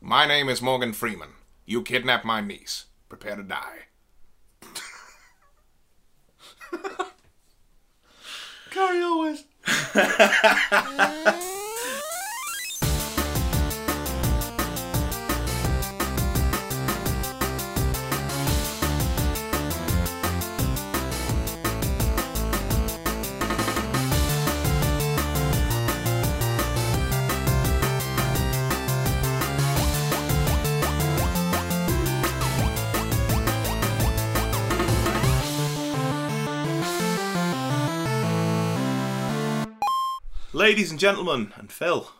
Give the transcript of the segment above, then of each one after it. My name is Morgan Freeman. You kidnapped my niece. Prepare to die. Carrie always. Ladies and gentlemen, and Phil.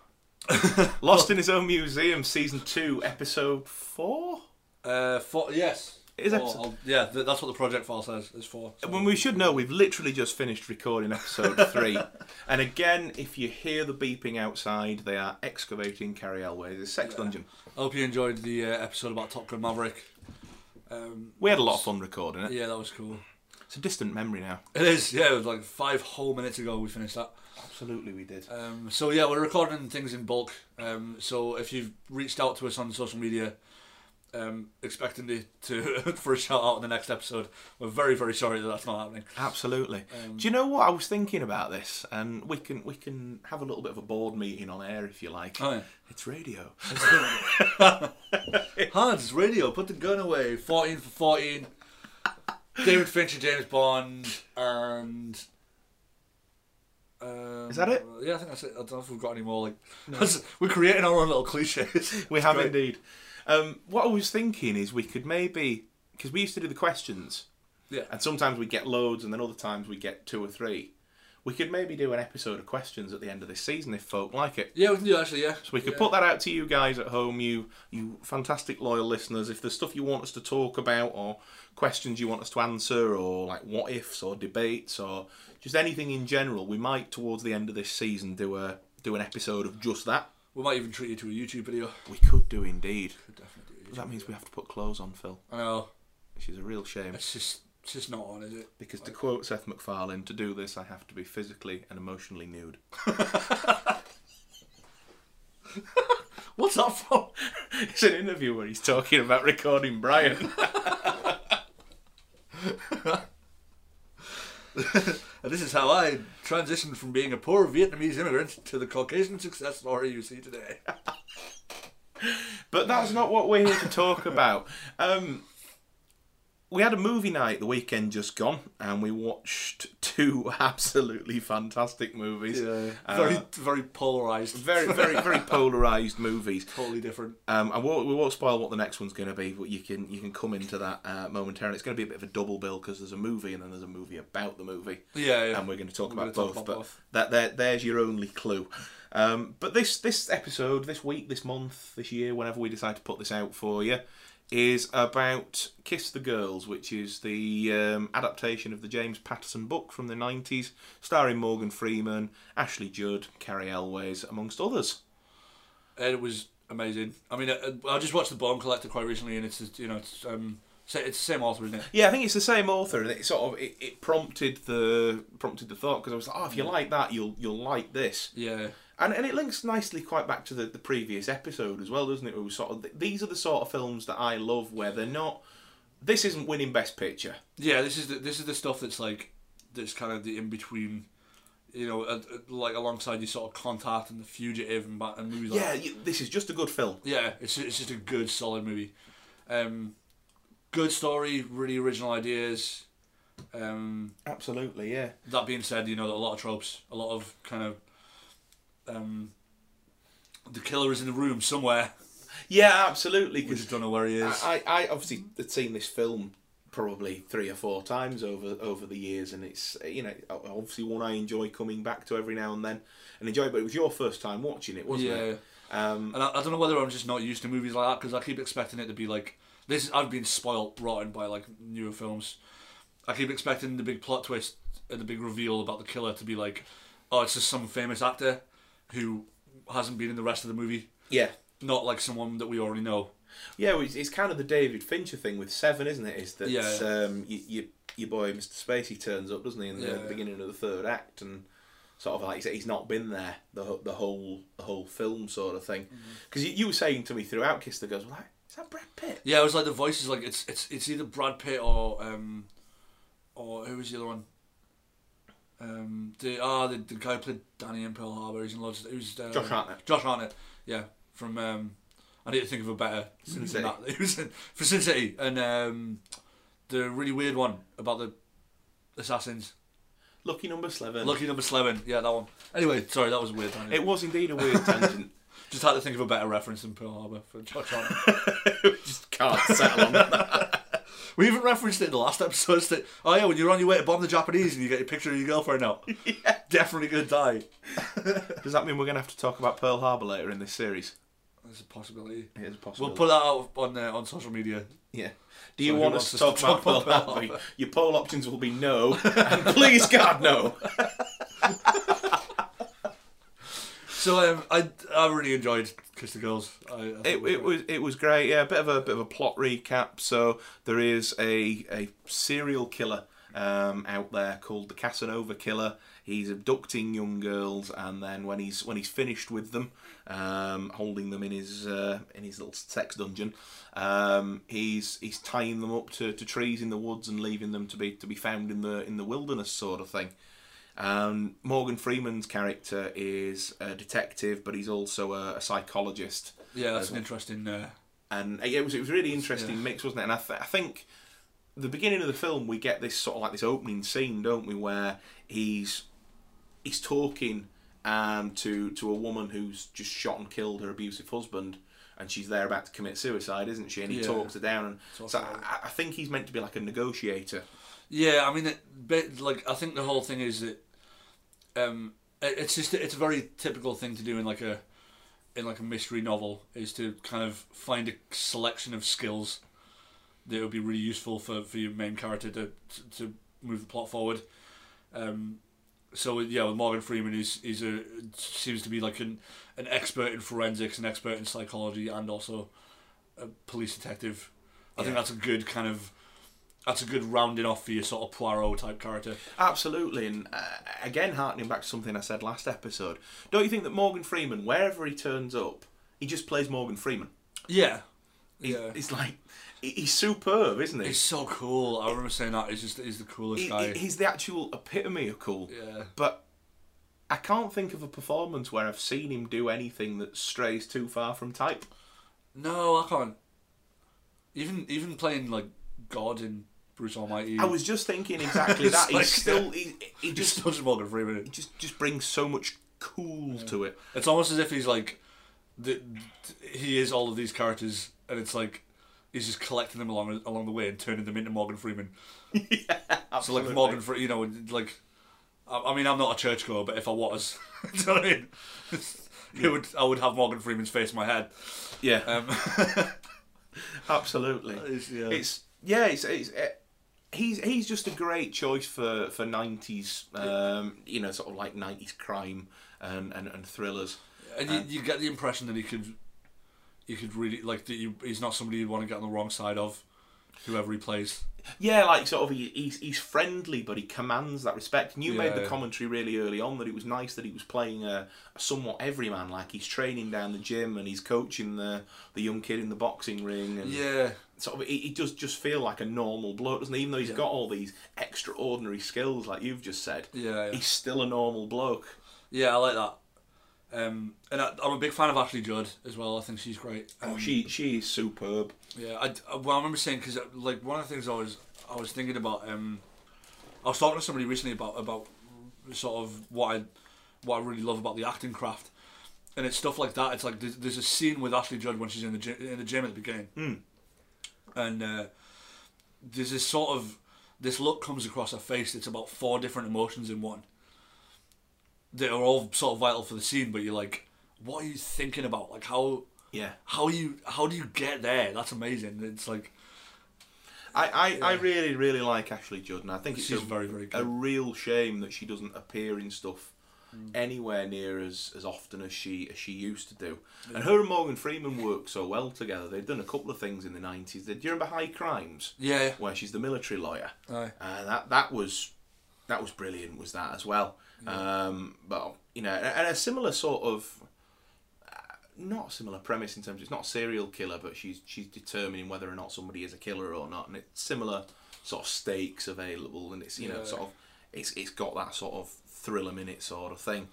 Lost in His Own Museum, Season 2, Episode 4? Uh, four, yes. It is Four, episode- I'll- yeah, th- that's what the project file says. It's four. So- When we should know, we've literally just finished recording Episode 3. and again, if you hear the beeping outside, they are excavating Carrie Elway's sex dungeon. I hope you enjoyed the uh, episode about Top Gun Maverick. Um, We had a lot of fun recording it. yeah, that was cool. It's a distant memory now. It is, yeah, it was like five whole minutes ago we finished that. Absolutely, we did. Um, so yeah, we're recording things in bulk. Um, so if you've reached out to us on social media, um, expecting to, to for a shout out in the next episode, we're very very sorry that that's not happening. Absolutely. Um, Do you know what I was thinking about this? And we can we can have a little bit of a board meeting on air if you like. Oh, yeah. It's radio. Hans Radio, put the gun away. Fourteen for fourteen. David Fincher, James Bond, and. Um, Is that it? Yeah, I think that's it. I don't know if we've got any more. Like, that's- we're creating our own little cliches. we have indeed. Um, what I was thinking is we could maybe because we used to do the questions, Yeah. and sometimes we get loads, and then other times we get two or three. We could maybe do an episode of questions at the end of this season if folk like it. Yeah, we can do that, actually. Yeah. So we could yeah. put that out to you guys at home, you you fantastic loyal listeners. If there's stuff you want us to talk about, or questions you want us to answer, or like what ifs, or debates, or just anything in general, we might towards the end of this season do a do an episode of just that. We might even treat you to a YouTube video. We could do indeed. Could definitely do. a YouTube That means we have to put clothes on, Phil, I know. which is a real shame. It's just, it's just not on, is it? Because to quote Seth MacFarlane, to do this, I have to be physically and emotionally nude. What's that from? It's an interview where he's talking about recording Brian. And this is how I transitioned from being a poor Vietnamese immigrant to the Caucasian success story you see today. But that's not what we're here to talk about. Um, we had a movie night the weekend just gone, and we watched two absolutely fantastic movies. Uh, very, very polarized. very, very, very polarized movies. totally different. Um, I won't, we won't spoil what the next one's going to be, but you can you can come into that uh, momentarily. It's going to be a bit of a double bill because there's a movie and then there's a movie about the movie. Yeah, yeah. And we're going to talk We're about gonna both. talk but about both. that there, there's your only clue. Um, but this this episode, this week, this month, this year, whenever we decide to put this out for you, is about Kiss the Girls, which is the um, adaptation of the James Patterson book from the 90s, starring Morgan Freeman, Ashley Judd, Carrie Elways, amongst others. And it was amazing. I mean, I, I just watched The Bone Collector quite recently, and it's just, you know it's um sa- it's the same author, isn't it? Yeah, I think it's the same author, and it sort of it, it prompted the prompted the thought because I was like, oh, Mm. if you like that, you'll you'll like this, Yeah, and and it links nicely quite back to the, the previous episode as well, doesn't it? Where we sort of th- these are the sort of films that I love where they're not. This isn't winning Best Picture. yeah. This is the, this is the stuff that's like that's kind of the in between. You know, uh, uh, like alongside your sort of Contact and The Fugitive and, ba- and movies like Yeah, you, this is just a good film. Yeah, it's it's just a good solid movie. Um, good story, really original ideas. Um, Absolutely, yeah. that being said, you know a lot of tropes, a lot of kind of um, the killer is in the room somewhere. Yeah, absolutely. We 'cause just don't know where he is. I, I obviously had seen this film probably three or four times over over the years, and it's you know obviously one I enjoy coming back to every now and then and enjoy. But it was your first time watching it, wasn't yeah, it? Um, and I, I don't know whether I'm just not used to movies like that because I keep expecting it to be like this. I've been spoilt rotten by like newer films. I keep expecting the big plot twist and the big reveal about the killer to be like, oh, it's just some famous actor who hasn't been in the rest of the movie, yeah, not like someone that we already know. yeah. well, It's, it's kind of the David Fincher thing with Seven, isn't it? Is that Yeah. um, you, you, your boy Mr. Spacey turns up, doesn't he, in the Yeah. beginning of the third act and sort of like you say, he's not been there the wh- the whole the whole film sort of thing. Because you, you were saying to me throughout Kiss the Girls, well, that, is that Brad Pitt? Yeah, it was like the voices like it's it's it's either Brad Pitt or um or who was the other one? Um the ah the, the guy who played Danny in Pearl Harbor, he's in lots of who's uh, Josh Hartnett. Josh Hartnett, yeah. From um I need to think of a better sin City. than that. He was in for Sin City and um the really weird one about the assassins. Lucky number seven. Lucky number eleven, yeah, that one. Anyway, sorry, that was a weird tangent. It was indeed a weird tangent. Just had to think of a better reference than Pearl Harbor for Josh Hartnett. Just can't settle on that. We even referenced it in the last episode. it's that- oh yeah, when you're on your way to bomb the Japanese and you get your picture of your girlfriend out, definitely gonna die. Does that mean we're going to have to talk about Pearl Harbor later in this series? That's a possibility. It is possible. We'll put that out on uh, on social media. Yeah. Do you who want wants us to talk us to talk about Pearl about Harbor? Your poll options will be no, and please God no. So um, I I really enjoyed Kiss the Girls. I, I thought It, it was it was great. Yeah, a bit of a bit of a plot recap. So there is a a serial killer um, out there called the Casanova Killer. He's abducting young girls, and then when he's when he's finished with them, um, holding them in his uh, in his little sex dungeon, um, he's he's tying them up to, to trees in the woods and leaving them to be to be found in the in the wilderness sort of thing. Um, Morgan Freeman's character is a detective, but he's also a, a psychologist yeah, that's an interesting. Uh, and uh, yeah, it was it was a really interesting mix, wasn't it? And I, th- I think the beginning of the film we get this sort of like this opening scene, don't we, where he's he's talking um, to to a woman who's just shot and killed her abusive husband, and she's there about to commit suicide, isn't she? And he Yeah. talks her down, and Talks so her down. I, I think he's meant to be like a negotiator. yeah, I mean, it, but, like I think the whole thing is that um, it, it's just it's a very typical thing to do in like a in like a mystery novel is to kind of find a selection of skills that would be really useful for, for your main character to to move the plot forward. Um, so yeah, with Morgan Freeman, he's he's a seems to be like an an expert in forensics, an expert in psychology, and also a police detective. I think Yeah. that's a good kind of that's a good rounding off for your sort of Poirot type character. Absolutely, and uh, again, harkening back to something I said last episode, don't you think that Morgan Freeman, wherever he turns up, he just plays Morgan Freeman? Yeah, He's, yeah. he's like he- he's superb, isn't he? He's so cool. I remember saying that. He's just he's the coolest he, guy. he- he's the actual epitome of cool. yeah. But I can't think of a performance where I've seen him do anything that strays too far from type. No, I can't. Even even playing like God in Bruce Almighty. I was just thinking exactly that. It's like- He's still he, he just just touched Morgan Freeman. he just just brings so much cool to it. It's almost as if he's like, the, he is all of these characters, and it's like he's just collecting them along along the way and turning them into Morgan Freeman. So like Morgan, Fre- you know, like, I, I mean, I'm not a churchgoer, but if I was, do you know what I mean? It would, I would have Morgan Freeman's face in my head. Yeah, Um, absolutely. it's, yeah. It's yeah, it's, it's uh, he's he's just a great choice for for nineties, um, you know, sort of like nineties crime and, and and thrillers. And you, you get the impression that he could, he could really like that. You, he's not somebody you'd want to get on the wrong side of, whoever he plays. Yeah, like sort of he, he's he's friendly, but he commands that respect. And you made the Yeah. commentary really early on that it was nice that he was playing a, a somewhat everyman. Like he's training down the gym and he's coaching the the young kid in the boxing ring, and Yeah, sort of he, he does just feel like a normal bloke, doesn't he? Even though he's got all these extraordinary skills, like you've just said, yeah, yeah. he's still a normal bloke. yeah I like that. Um, and I, I'm a big fan of Ashley Judd as well. I think she's great. Oh, Um, she she is superb. Yeah, I, I- well, I remember saying because like one of the things I was I was thinking about. Um, I was talking to somebody recently about about sort of what I what I really love about the acting craft, and it's stuff like that. It's like there's, there's a scene with Ashley Judd when she's in the gym, in the gym at the beginning, and uh, there's this sort of this look comes across her face. It's about four different emotions in one that are all sort of vital for the scene. But you're like, what are you thinking about? Like how Yeah, how you how do you get there? That's amazing. It's like I I, I really really like Ashley Judd, and I think it's she's a- very very a good. real shame that she doesn't appear in stuff anywhere near as, as often as she as she used to do. And her and Morgan Freeman work so well together. They've done a couple of things in the nineties. Do you remember High Crimes, Yeah, where she's the military lawyer? Aye. Uh, that that was that was brilliant. Was that as well? Um, but you know, and a similar sort of uh, not similar premise in terms of it's not a serial killer, but she's she's determining whether or not somebody is a killer or not, and it's similar sort of stakes available, and it's you know Yeah. sort of it's it's got that sort of thriller minute sort of thing.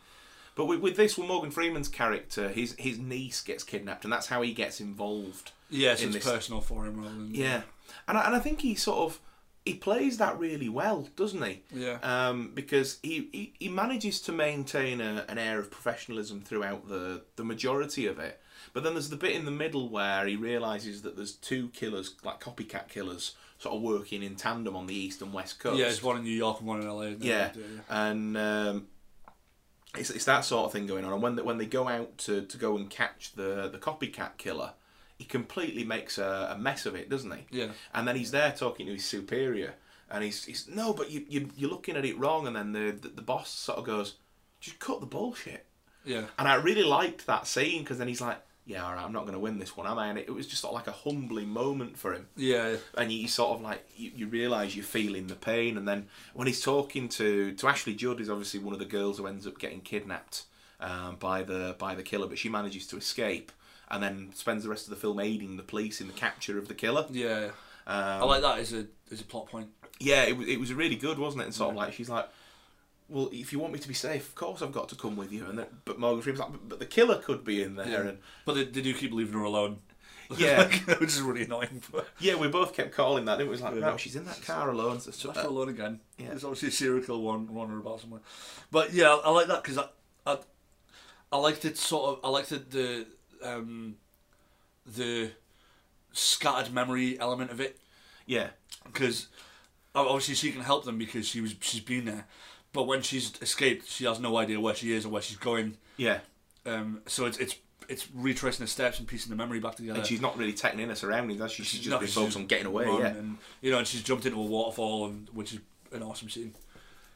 But with, with this one, Morgan Freeman's character, his his niece gets kidnapped, and that's how he gets involved. Yeah, so in it's this- personal for him rather than Yeah, and I, and I think he sort of he plays that really well, doesn't he? Yeah. Um, because he, he, he manages to maintain a, an air of professionalism throughout the the majority of it. But then there's the bit in the middle where he realizes that there's two killers, like copycat killers, sort of working in tandem on the east and west coast. yeah. It's one in New York and one in LA. isn't it? Yeah, and um, it's, it's that sort of thing going on. And when they, when they go out to, to go and catch the, the copycat killer, he completely makes a, a mess of it, doesn't he? Yeah. And then he's there talking to his superior, and he's, he's no, but you, you you're looking at it wrong. And then the the, the boss sort of goes, just cut the bullshit. yeah, And I really liked that scene because then he's like, yeah, all right, I'm not going to win this one, am I? And it, it was just sort of like a humbling moment for him yeah, yeah. and you sort of like you, you realize you're feeling the pain and then when he's talking to to Ashley Judd is obviously one of the girls who ends up getting kidnapped um, by the by the killer but she manages to escape and then spends the rest of the film aiding the police in the capture of the killer yeah. I um, like that as a as a plot point. yeah it, wa- it was really good wasn't it and sort of like she's like well if you want me to be safe of course I've got to come with you and then, but Morgan Freeman's like but, but the killer could be in there and Um, But they, they do keep leaving her alone. Yeah. which is really annoying. But yeah we both kept calling that didn't we it was like no she's in that car alone so, so- uh, left her alone again. yeah. There's obviously a serial killer one running about somewhere. But yeah, I, I like that because I, I, I liked it sort of. I liked it, the um, the scattered memory element of it yeah because obviously she can help them because she was she's been there. But when she's escaped, she has no idea where she is or where she's going. yeah Um, so it's it's it's retracing the steps and piecing the memory back together. And she's not really taking in her surroundings, has she? She's just been Nothing, focused on getting away, run yeah. And, you know, and she's jumped into a waterfall, and which is an awesome scene.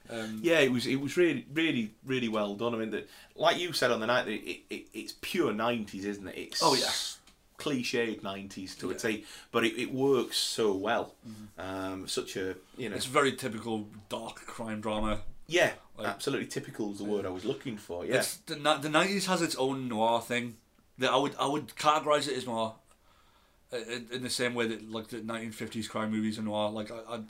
Um, Yeah, it was it was really really really well done. I mean, the, like you said on the night, it, it it's pure nineties, isn't it? It's Oh, yeah. cliched nineties to a Yeah. T, but it, it works so well. Um, such a you know, It's very typical dark crime drama. yeah, like- absolutely typical is the word I was looking for. Yeah, It's the ni- the nineties has its own noir thing. That I would I would categorize it as noir. Uh, In, in the same way that like the nineteen fifties crime movies are noir. Like I, I'd,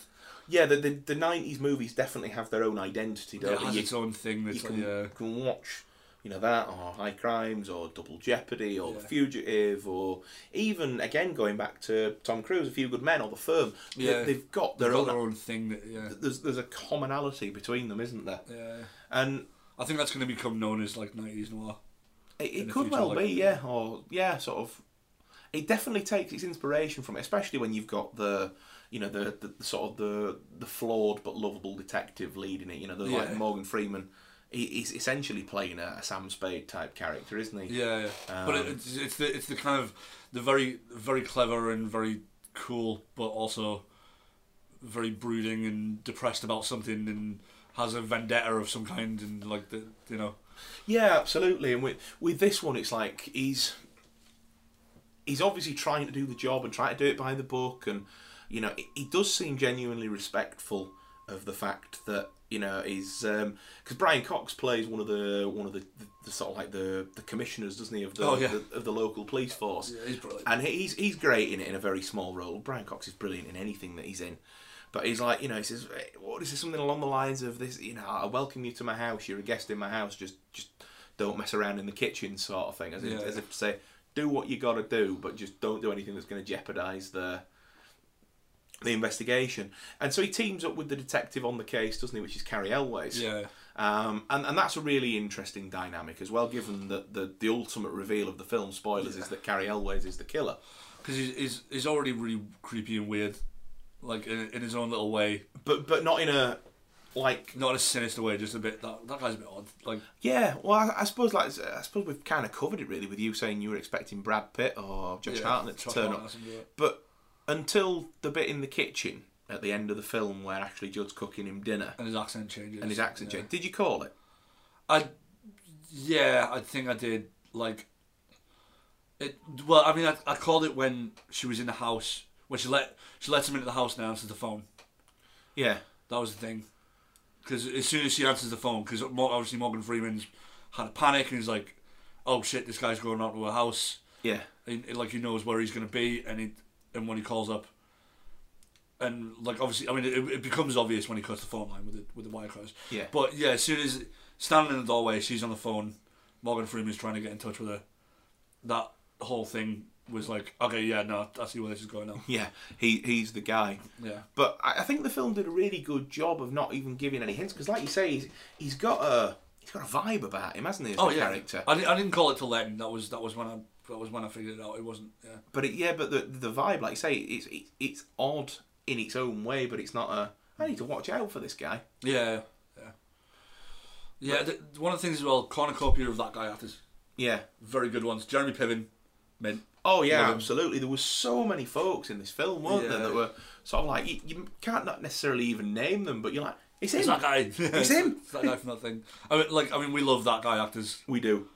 yeah. The the nineties movies definitely have their own identity, it don't has they? its own thing. you That's can, like, uh, can watch you know that or high crimes or double jeopardy or the Yeah. fugitive or even again going back to tom cruise a few good men or the firm they- Yeah. they've got they've their got own, their own thing. That, yeah, There's, there's a commonality between them isn't there yeah. and I think that's going to become known as like nineties noir. it, it the could future, well like- be yeah or yeah sort of it definitely takes its inspiration from it especially when you've got the you know the, the, the sort of the the flawed but lovable detective leading it you know the Yeah. like morgan freeman he, he's essentially playing a, a sam spade type character isn't he Yeah, yeah. but Um, it, it's it's the it's the kind of the very very clever and very cool, but also very brooding and depressed about something and has a vendetta of some kind and like the you know Yeah, absolutely. And with with this one, it's like he's he's obviously trying to do the job and trying to do it by the book, and you know he- he does seem genuinely respectful of the fact that you know he's because Brian Cox plays one of the one of the, the, sort of like the the commissioners, doesn't he, of the, Oh, yeah. the of the local police force. he's brilliant. And he's he's great in it in a very small role. Brian Cox is brilliant in anything that he's in. But he's like, you know, he says, "Eh, "What is this? Something along the lines of this? You know, I welcome you to my house. You're a guest in my house. Just, just don't mess around in the kitchen, sort of thing." As, Yeah. if, as if to say, "Do what you gotta do, but just don't do anything that's going to jeopardize the the investigation." And so he teams up with the detective on the case, doesn't he? Which is Carrie Elways. yeah Um, and, and that's a really interesting dynamic as well, given that the, the ultimate reveal of the film, spoilers, is that Carrie Elways is the killer. because he's, he's he's already really creepy and weird, like in, in his own little way, But but not in a, like, not in a sinister way, just a bit that that guy's a bit odd. Like yeah, well, I, I suppose like I suppose we've kind of covered it really with you saying you were expecting Brad Pitt or Josh yeah, Hartnett to Josh turn up. Hartnett or something, But until the bit in the kitchen at the end of the film where Ashley Judd's cooking him dinner and his accent changes and his accent yeah. change, did you call it? I, yeah, I think I did. Like, it. Well, I mean, I, I called it when she was in the house. When she let she lets him into the house and answers the phone. Yeah. That was the thing. Because as soon as she answers the phone, because obviously Morgan Freeman's had a panic and he's like, "Oh shit, this guy's going out to her house." Yeah. he, he- like he knows where he's going to be, and he, and when he calls up, and like obviously, I mean, it, it becomes obvious when he cuts the phone line with the with the wire cutters. Yeah. But yeah, as soon as standing in the doorway, she's on the phone. Morgan Freeman's trying to get in touch with her. That whole thing was like, okay, yeah, no, I see where this is going now. Yeah. He he's the guy. Yeah. But I, I think the film did a really good job of not even giving any hints because, like you say, he's, he's got a he's got a vibe about him, hasn't he? As Oh a yeah. character. I, di- I didn't call it till then. That was that was when I that was when I figured it out. It wasn't. Yeah. But it, yeah, but the the vibe, like you say, it's it, it's odd in its own way, but it's not a. I need to watch out for this guy. Yeah. Yeah. Yeah. th- one of the things as well, cornucopia of that guy actors. Yeah. very good ones. Jeremy Piven, mint. Oh yeah, Love him. absolutely. There were so many folks in this film, weren't there? Yeah. That were sort of like you, you can't not necessarily even name them, but you're like, it's him. It's that guy. It's him. that guy from that thing. I mean, like, I mean, we love that guy actors We do.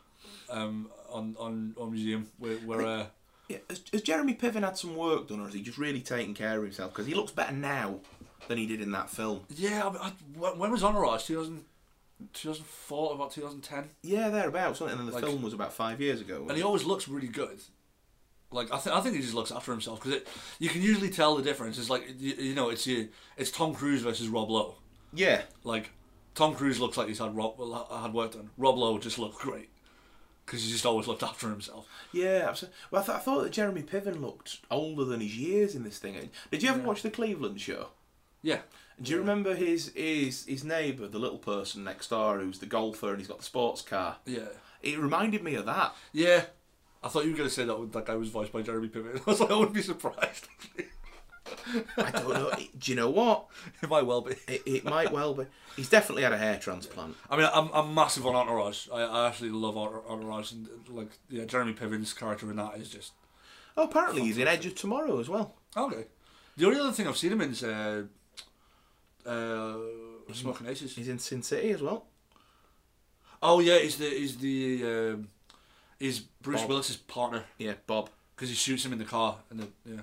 um, on on on museum. We're, we're uh, Yeah. Has, has Jeremy Piven had some work done, or has he just really taken care of himself? Because he looks better now than he did in that film. yeah. I, I, when- when was Entourage? 2000, 2004, about two thousand ten. Yeah, thereabouts. Wasn't it? And then the Like- film was about five years ago. And he always looks really good. Like I, th- I think he just looks after himself because you can usually tell the difference. It's like you, you know, it's you, it's Tom Cruise versus Rob Lowe. yeah. Like Tom Cruise looks like he's had Rob well, had work done. Rob Lowe just looks great because he just always looked after himself. Yeah, absolutely. Well, I, th- I thought that Jeremy Piven looked older than his years in this thing. Did you ever watch the Cleveland show? Yeah. Do you remember his his his neighbour, the little person next door, who's the golfer and he's got the sports car? Yeah. It reminded me of that. Yeah. I thought you were going to say that that guy was voiced by Jeremy Piven. I was like, I wouldn't be surprised. I don't know. It- do you know what? it might well be. It, it might well be. He's definitely had a hair transplant. I mean, I'm, I'm massive on Entourage. I, I absolutely love Ent- Entourage. And, like, yeah, Jeremy Piven's character in that is just. Oh, apparently he's in Edge of Tomorrow as well. Okay. The only other thing I've seen him in is uh, uh, Smoking Aces. He's in Sin City as well. Oh, yeah, he's the. He's, the, um, he's Bruce Bob. Willis's partner Yeah, Bob. because he shoots him in the car. and the, yeah.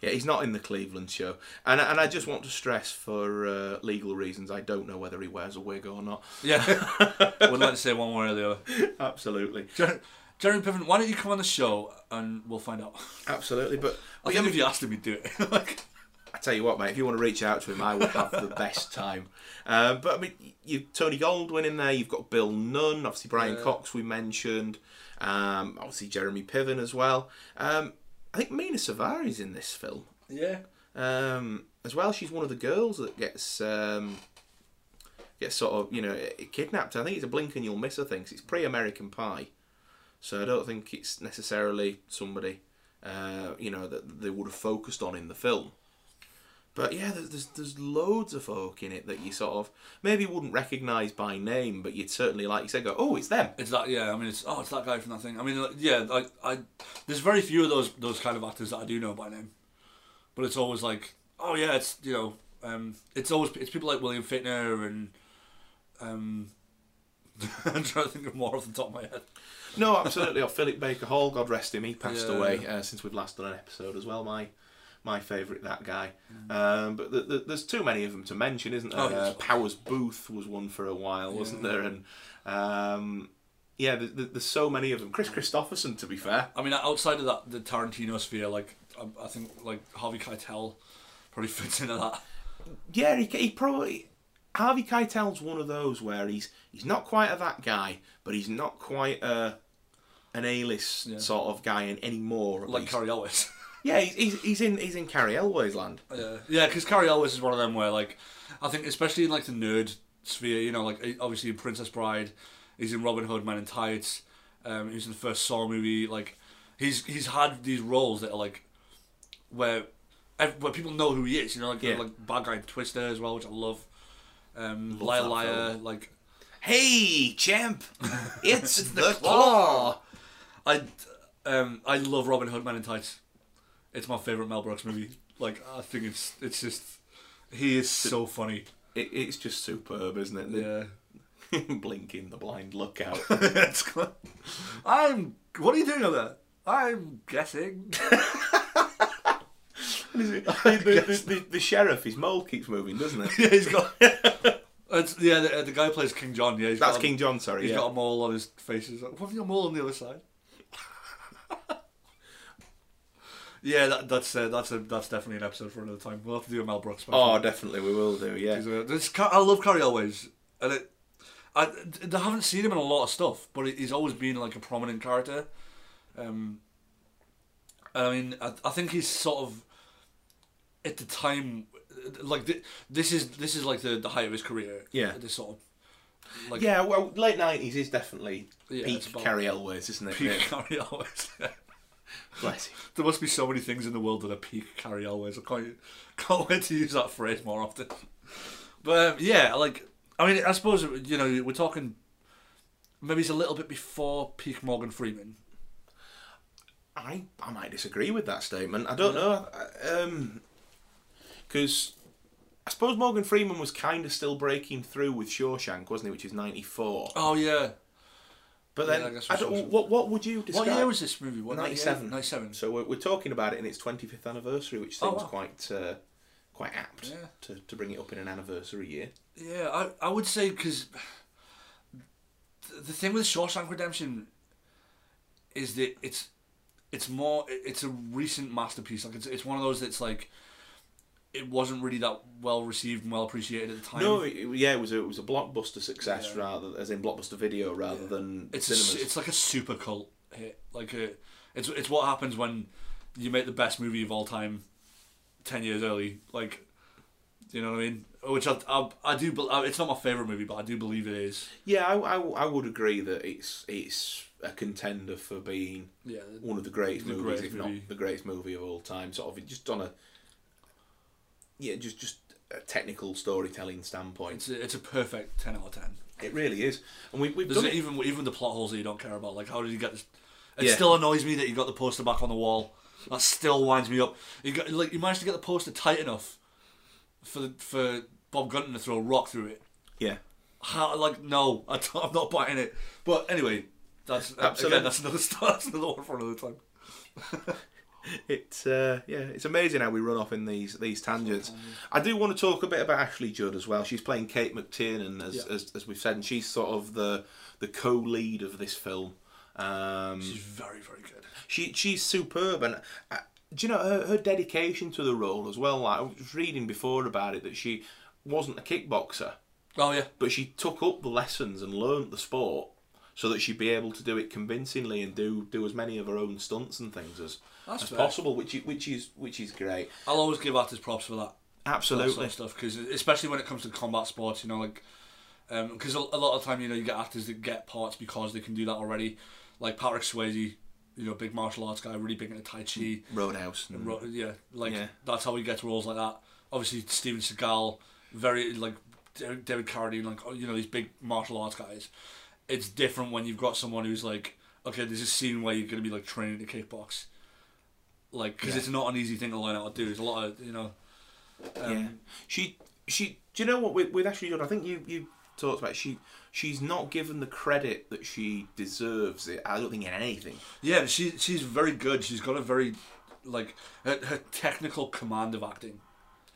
Yeah, he's not in the Cleveland show. And I- and I just want to stress for uh, legal reasons, I don't know whether he wears a wig or not. Yeah. Wouldn't like to say one way or the other. Absolutely. Jer- Jeremy Piven, why don't you come on the show and we'll find out. Absolutely, but I but think yeah, if you asked him, he'd do it. like, I tell you what, mate. If you want to reach out to him, I would have the best time. Uh, but I mean, you- you Tony Goldwyn in there. You've got Bill Nunn, obviously Brian Yeah. Cox we mentioned, um, obviously Jeremy Piven as well. Um, I think Mina Savari's in this film yeah. um, as well. She's one of the girls that gets um, gets sort of you know kidnapped. I think it's a blink and you'll miss. I think 'cause it's pre-American Pie, so I don't think it's necessarily somebody uh, you know that they would have focused on in the film. But yeah, there's, there's there's loads of folk in it that you sort of maybe wouldn't recognise by name, but you'd certainly like you said go, oh, it's them. It's that. Yeah. I mean, it's oh, it's that guy from that thing. I mean, like, yeah. Like, I, there's very few of those those kind of actors that I do know by name, but it's always like, oh yeah, it's you know, um, it's always it's people like William Fittner and, um, I'm trying to think of more off the top of my head. No, absolutely. or Philip Baker Hall, God rest him, he passed Yeah. away uh, since we've last done an episode as well. My my favourite, that guy. Um, but th th there's too many of them to mention, isn't there? Oh, yes. Uh, Powers Booth was one for a while, wasn't there? And um, yeah, th th there's so many of them. Chris Christopherson, to be fair. I mean, outside of that, the Tarantino sphere, like I, I think like Harvey Keitel probably fits into that. Yeah, he, he probably. Harvey Keitel's one of those where he's he's not quite a that guy, but he's not quite a an A-list Yeah. sort of guy in, anymore. at Like least. Carrie Elwes. yeah, he's, he's he's in he's in Carrie Elway's land. Yeah, yeah, because Carrie Elwes is one of them where, like, I think especially in like the nerd sphere, you know, like eh, obviously in Princess Bride, he's in Robin Hood, Man in Tights, um, he was in the first Saw movie. Like, he's he's had these roles that are like where ev- where people know who he is. You know, like Yeah. like bad guy in Twister as well, which I love. Um, Liar that Liar, film. like Hey, champ! It's the, claw. I um I love Robin Hood Man in Tights. It's my favorite Mel Brooks movie. Like, I think it's it's just he is so funny. It, it's just superb, isn't it? Yeah. Blinking the blind lookout. It's cla- I'm. What are you doing over there? I'm guessing. the, the, the, the sheriff, his mole keeps moving, doesn't it? yeah, he's got. It's, yeah, the, the guy plays King John. Yeah, he's That's got a- King John, sorry. He's yeah. got a mole on his face. He's like, what have you got a mole on the other side? yeah, that, that's uh, that's a, that's definitely an episode for another time. We'll have to do a Mel Brooks special. Oh, definitely, we will do. Yeah, He's, uh, this, Car- I love Carrie Elways, and it, I, I haven't seen him in a lot of stuff, but he's always been like a prominent character. Um, and I mean, I, I think he's sort of at the time, like th- this is this is like the, the height of his career. Yeah. this sort of like yeah. Well, late nineties is definitely Yeah, it's peak about- Carrie Elways, isn't it? peak really? Carrie Elways. Bless him. there must be so many things in the world that are peak Carrie Elways. I can't can't wait to use that phrase more often. But um, yeah, like I mean, I suppose you know we're talking maybe it's a little bit before peak Morgan Freeman. I I might disagree with that statement. I don't know. Because I suppose Morgan Freeman was kind of still breaking through with Shawshank, wasn't he? Which is ninety four. Oh yeah, but yeah, then I guess I we don't- should- what what would you describe? what year was this movie? What, 97. Ninety seven. So we're, we're talking about it in its 25th anniversary, which Oh, seems wow. quite uh, quite apt Yeah. to, to bring it up in an anniversary year. Yeah, I, I would say because the thing with Shawshank Redemption is that it's it's more it- it's a recent masterpiece. Like it's it's one of those that's like it wasn't really that well received and well appreciated at the time. No, it- yeah, it was a, it was a blockbuster success Yeah. rather as in blockbuster video rather than it's a cinemas. su- it's like a super cult hit. Like a, it's it's what happens when you make the best movie of all time ten years early. Like. You know what I mean? Which I, I, I do. bel- I- It's not my favorite movie, but I do believe it is. yeah, I, I, I would agree that it's it's a contender for being Yeah. one of the greatest The movies, greatest if movie. not the greatest movie of all time. Sort of just on a yeah, just just a technical storytelling standpoint. It's a, it's a perfect ten out of ten. It really is, and we, we've There's done it. even even the plot holes that you don't care about. Like how did you get this? It Yeah. still annoys me that you got the poster back on the wall. That still winds me up. You got like you managed to get the poster tight enough for the, for Bob Gunton to throw a rock through it. Yeah, How like no, I don't, I'm not buying it. But anyway, that's Absolutely. again that's another that's another one for another time. It's uh, yeah, it's amazing how we run off in these these tangents. I do want to talk a bit about Ashley Judd as well. She's playing Kate McTiernan as Yeah. as, as we've said, and she's sort of the the co-lead of this film. Um, She's very very good. she she's superb, and uh, do you know her, her dedication to the role as well? Like I was reading before about it that she wasn't a kickboxer, Oh yeah, but she took up the lessons and learnt the sport so that she'd be able to do it convincingly and do do as many of her own stunts and things as That's as fair. possible, which i- which is which is great. I'll always give artists props for that. that sort Absolutely. of stuff because especially when it comes to combat sports you know like because a, a lot of time you know you get actors that get parts because they can do that already like Patrick Swayze you know big martial arts guy really big into Tai Chi Roadhouse. And ro- yeah like Mm. Yeah. that's how he gets roles like that obviously Steven Seagal very like Da- David Carradine like oh, you know these big martial arts guys it's different when you've got someone who's like okay there's a scene where you're going to be like training to kickbox like because Yeah. it's not an easy thing to learn how to do there's a lot of you know yeah. um, She she do you know what with, with Ashley Judd, I think you you talked about it, she she's not given the credit that she deserves it. I don't think in anything. Yeah, but she she's very good. She's got a very like her, her technical command of acting.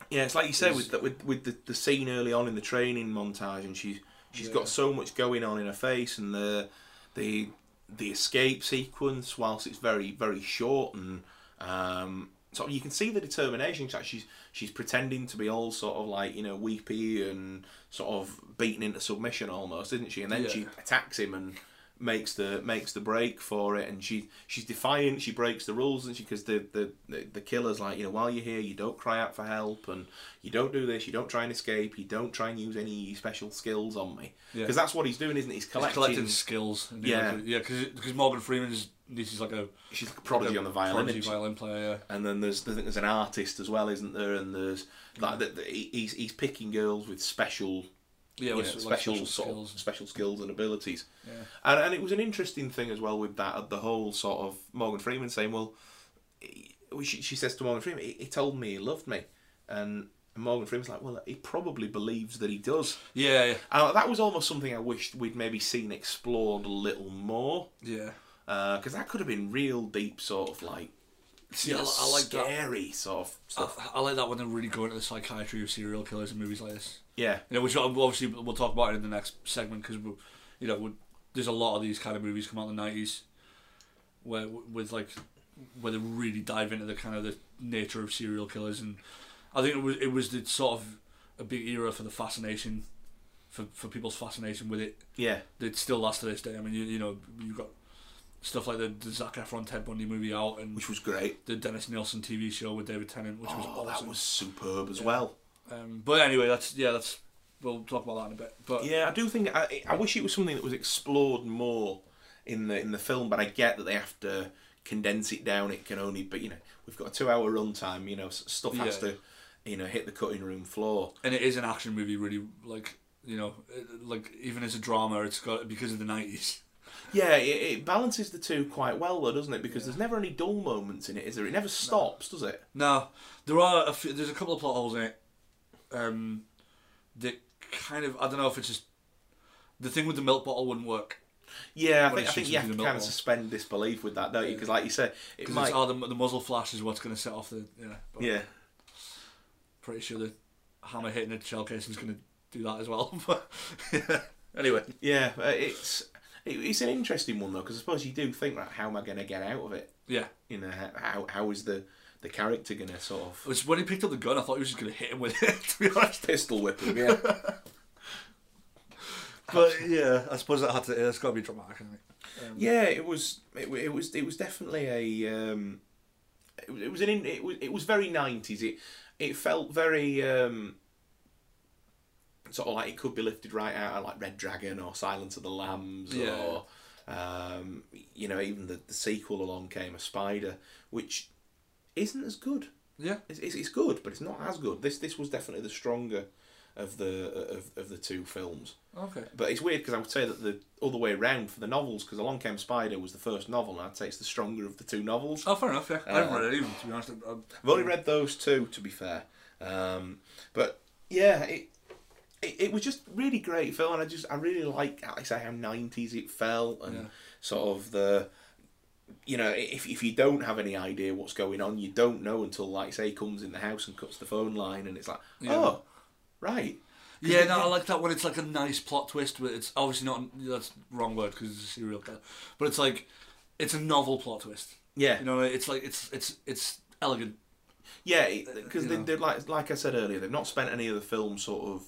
Yeah, it's like you say with the, with with the, the scene early on in the training montage and she she's Yeah. got so much going on in her face and the the the escape sequence whilst it's very very short and um so you can see the determination she's she's she's pretending to be all sort of like you know weepy and sort of beaten into submission almost isn't she and then Yeah. she attacks him and makes the makes the break for it and she she's defiant she breaks the rules and she because the, the the the killer's like you know while you're here you don't cry out for help and you don't do this you don't try and escape you don't try and use any special skills on me Yeah. because that's what he's doing isn't he he's She's collecting, collecting skills. And Yeah. like, yeah, because Morgan Freeman's niece is like a she's like a prodigy like a on the violin prodigy isn't she? violin player. and then there's I think there's an artist as well isn't there and there's like that that he he's he's picking girls with special Yeah, yeah, you with, know, like, special, sort of- skills. special skills and abilities. Yeah. And, and it was an interesting thing as well with that, the whole sort of Morgan Freeman saying, well, he- she, she says to Morgan Freeman, he, he told me he loved me. And Morgan Freeman's like, well, he probably believes that he does. Yeah, yeah, And that was almost something I wished we'd maybe seen explored a little more. uh, yeah. Because that could have been real deep sort of like See, I, li- I like that. Uh, scary sort of stuff. I, I like that when they really go into the psychiatry of serial killers in movies like this. yeah, You know, which obviously we'll talk about it in the next segment because you know, we there's a lot of these kind of movies come out in the nineties, where with like where they really dive into the kind of the nature of serial killers, and I think it was it was the sort of a big era for the fascination, for for people's fascination with it. yeah, That still lasts to this day. I mean, you you know you've got stuff like the, the Zac Efron Ted Bundy movie out, and which was great. the Dennis Nielsen TV show with David Tennant, which was Oh, awesome. that was superb as well. Um, but anyway, that's yeah, that's we'll talk about that in a bit. But Yeah, I do think I, I wish it was something that was explored more in the in the film, but I get that they have to condense it down. It can only, but you know, we've got a two-hour runtime. You know, s- stuff has Yeah. to, you know, hit the cutting room floor. and it is an action movie, really. Like you know, it- like even as a drama, it's got because of the nineties. Yeah, it, it balances the two quite well, though, doesn't it? Because there's never any dull moments in it, is there? It never stops, does it? Now there are a few, there's a couple of plot holes in it. Um, that kind of I don't know if it's just the thing with the milk bottle wouldn't work Yeah, I When think, it I think shoots you him have through to the kind of milk suspend disbelief with that, don't you? Because, like you said, it because might. it's all the, the muzzle flash is what's going to set off the yeah. But Yeah, pretty sure the hammer hitting the shell casing is going to do that as well. but yeah. anyway, yeah. uh, It's it, it's an interesting one though, because I suppose you do think, right? How am I going to get out of it? yeah. You know, h- how how is the the character going to sort of Which, when he picked up the gun, I thought he was just going to hit him with it. To be honest, pistol whip him? Oh, Yeah, but yeah, I suppose that had to. That's got to be dramatic, isn't it? Um, yeah. It was it, wa- it was it was definitely a um, it, was- it was an in- it was it was very nineties. It it felt very um, sort of like it could be lifted right out of like Red Dragon or Silence of the Lambs Yeah. or um, you know even the, the sequel along came a spider which isn't as good Yeah. it's, it's, it's good but it's not as good this this was definitely the stronger of the of, of the two films Okay. but it's weird because I would say that the other way around for the novels because along came spider was the first novel and I'd say it's the stronger of the two novels Oh, fair enough. Yeah, I Uh, haven't read it even. To be honest, Uh, I, I, I've only read those two, to be fair. Um, but yeah, it, it it was just really great film, and I just I really like like I say how nineties it felt, and Yeah. sort of the you know if if you don't have any idea what's going on, you don't know until like say he comes in the house and cuts the phone line, and it's like oh right yeah, no, I like that when it's like a nice plot twist. Where it's obviously not. That's the wrong word because it's a serial killer, but it's like it's a novel plot twist. yeah You know, it's like it's it's it's elegant. Yeah, because uh, you they, know. they like like I said earlier, they've not spent any of the film sort of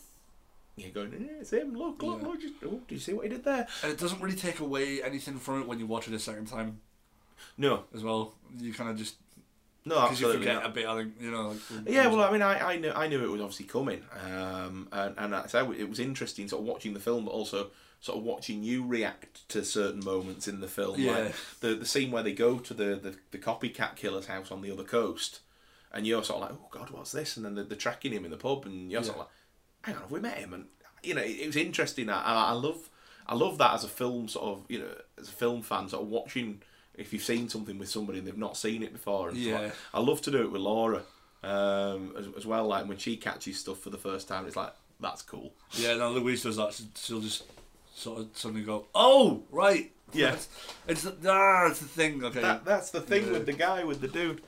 you know, going, eh, it's him. Look, look, Yeah. look. Just, oh, do you see what he did there? And it doesn't really take away anything from it when you watch it a second time No, as well. You kind of just no, because you absolutely forget not. a bit. I think you know. Like, Yeah, well, I mean, I, I knew I knew it was obviously coming, um, and and that's how it was interesting sort of watching the film, but also sort of watching you react to certain moments in the film. Yeah. Like the the scene where they go to the, the the copycat killer's house on the other coast, and you're sort of like, oh God, what's this? And then they're, they're tracking him in the pub, and you're sort of like, hang on, have we met him? And you know, it, it was interesting. I, I I love I love that as a film sort of you know as a film fan sort of watching. If you've seen something with somebody and they've not seen it before, and yeah. Yeah. I love to do it with Laura um, as, as well. Like when she catches stuff for the first time, it's like that's cool. Yeah, no, Louise does that. She- She'll just sort of suddenly go, "Oh, right." Yeah. That's- it's the, ah, it's the thing. Okay, That, that's the thing Yeah. with the guy with the dude.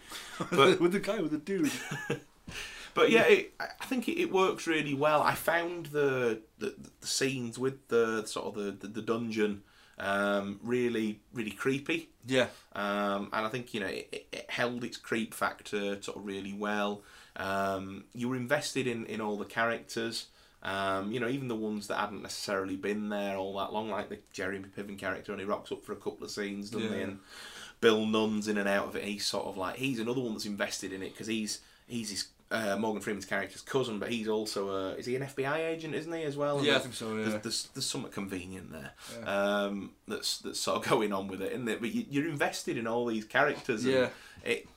but, with the guy with the dude. But yeah, it, I I think it, it works really well. I found the the, the scenes with the sort of the the, the dungeon um, really really creepy. yeah, Um, and I think you know it, it- it held its creep factor sort of really well. Um, you were invested in, in all the characters. Um, you know, even the ones that hadn't necessarily been there all that long, like the Jeremy Piven character, only rocks up for a couple of scenes, doesn't he? Yeah. And Bill Nunn's in and out of it. He's sort of like he's another one that's invested in it because he's he's his, uh, Morgan Freeman's character's cousin, but he's also a, is he an FBI agent, isn't he as well? And Yeah, Oh, I there's- think so, yeah. there's- there's there's somewhat convenient there um, that's that's sort of going on with it, isn't it? But you, you're invested in all these characters. and Yeah. It,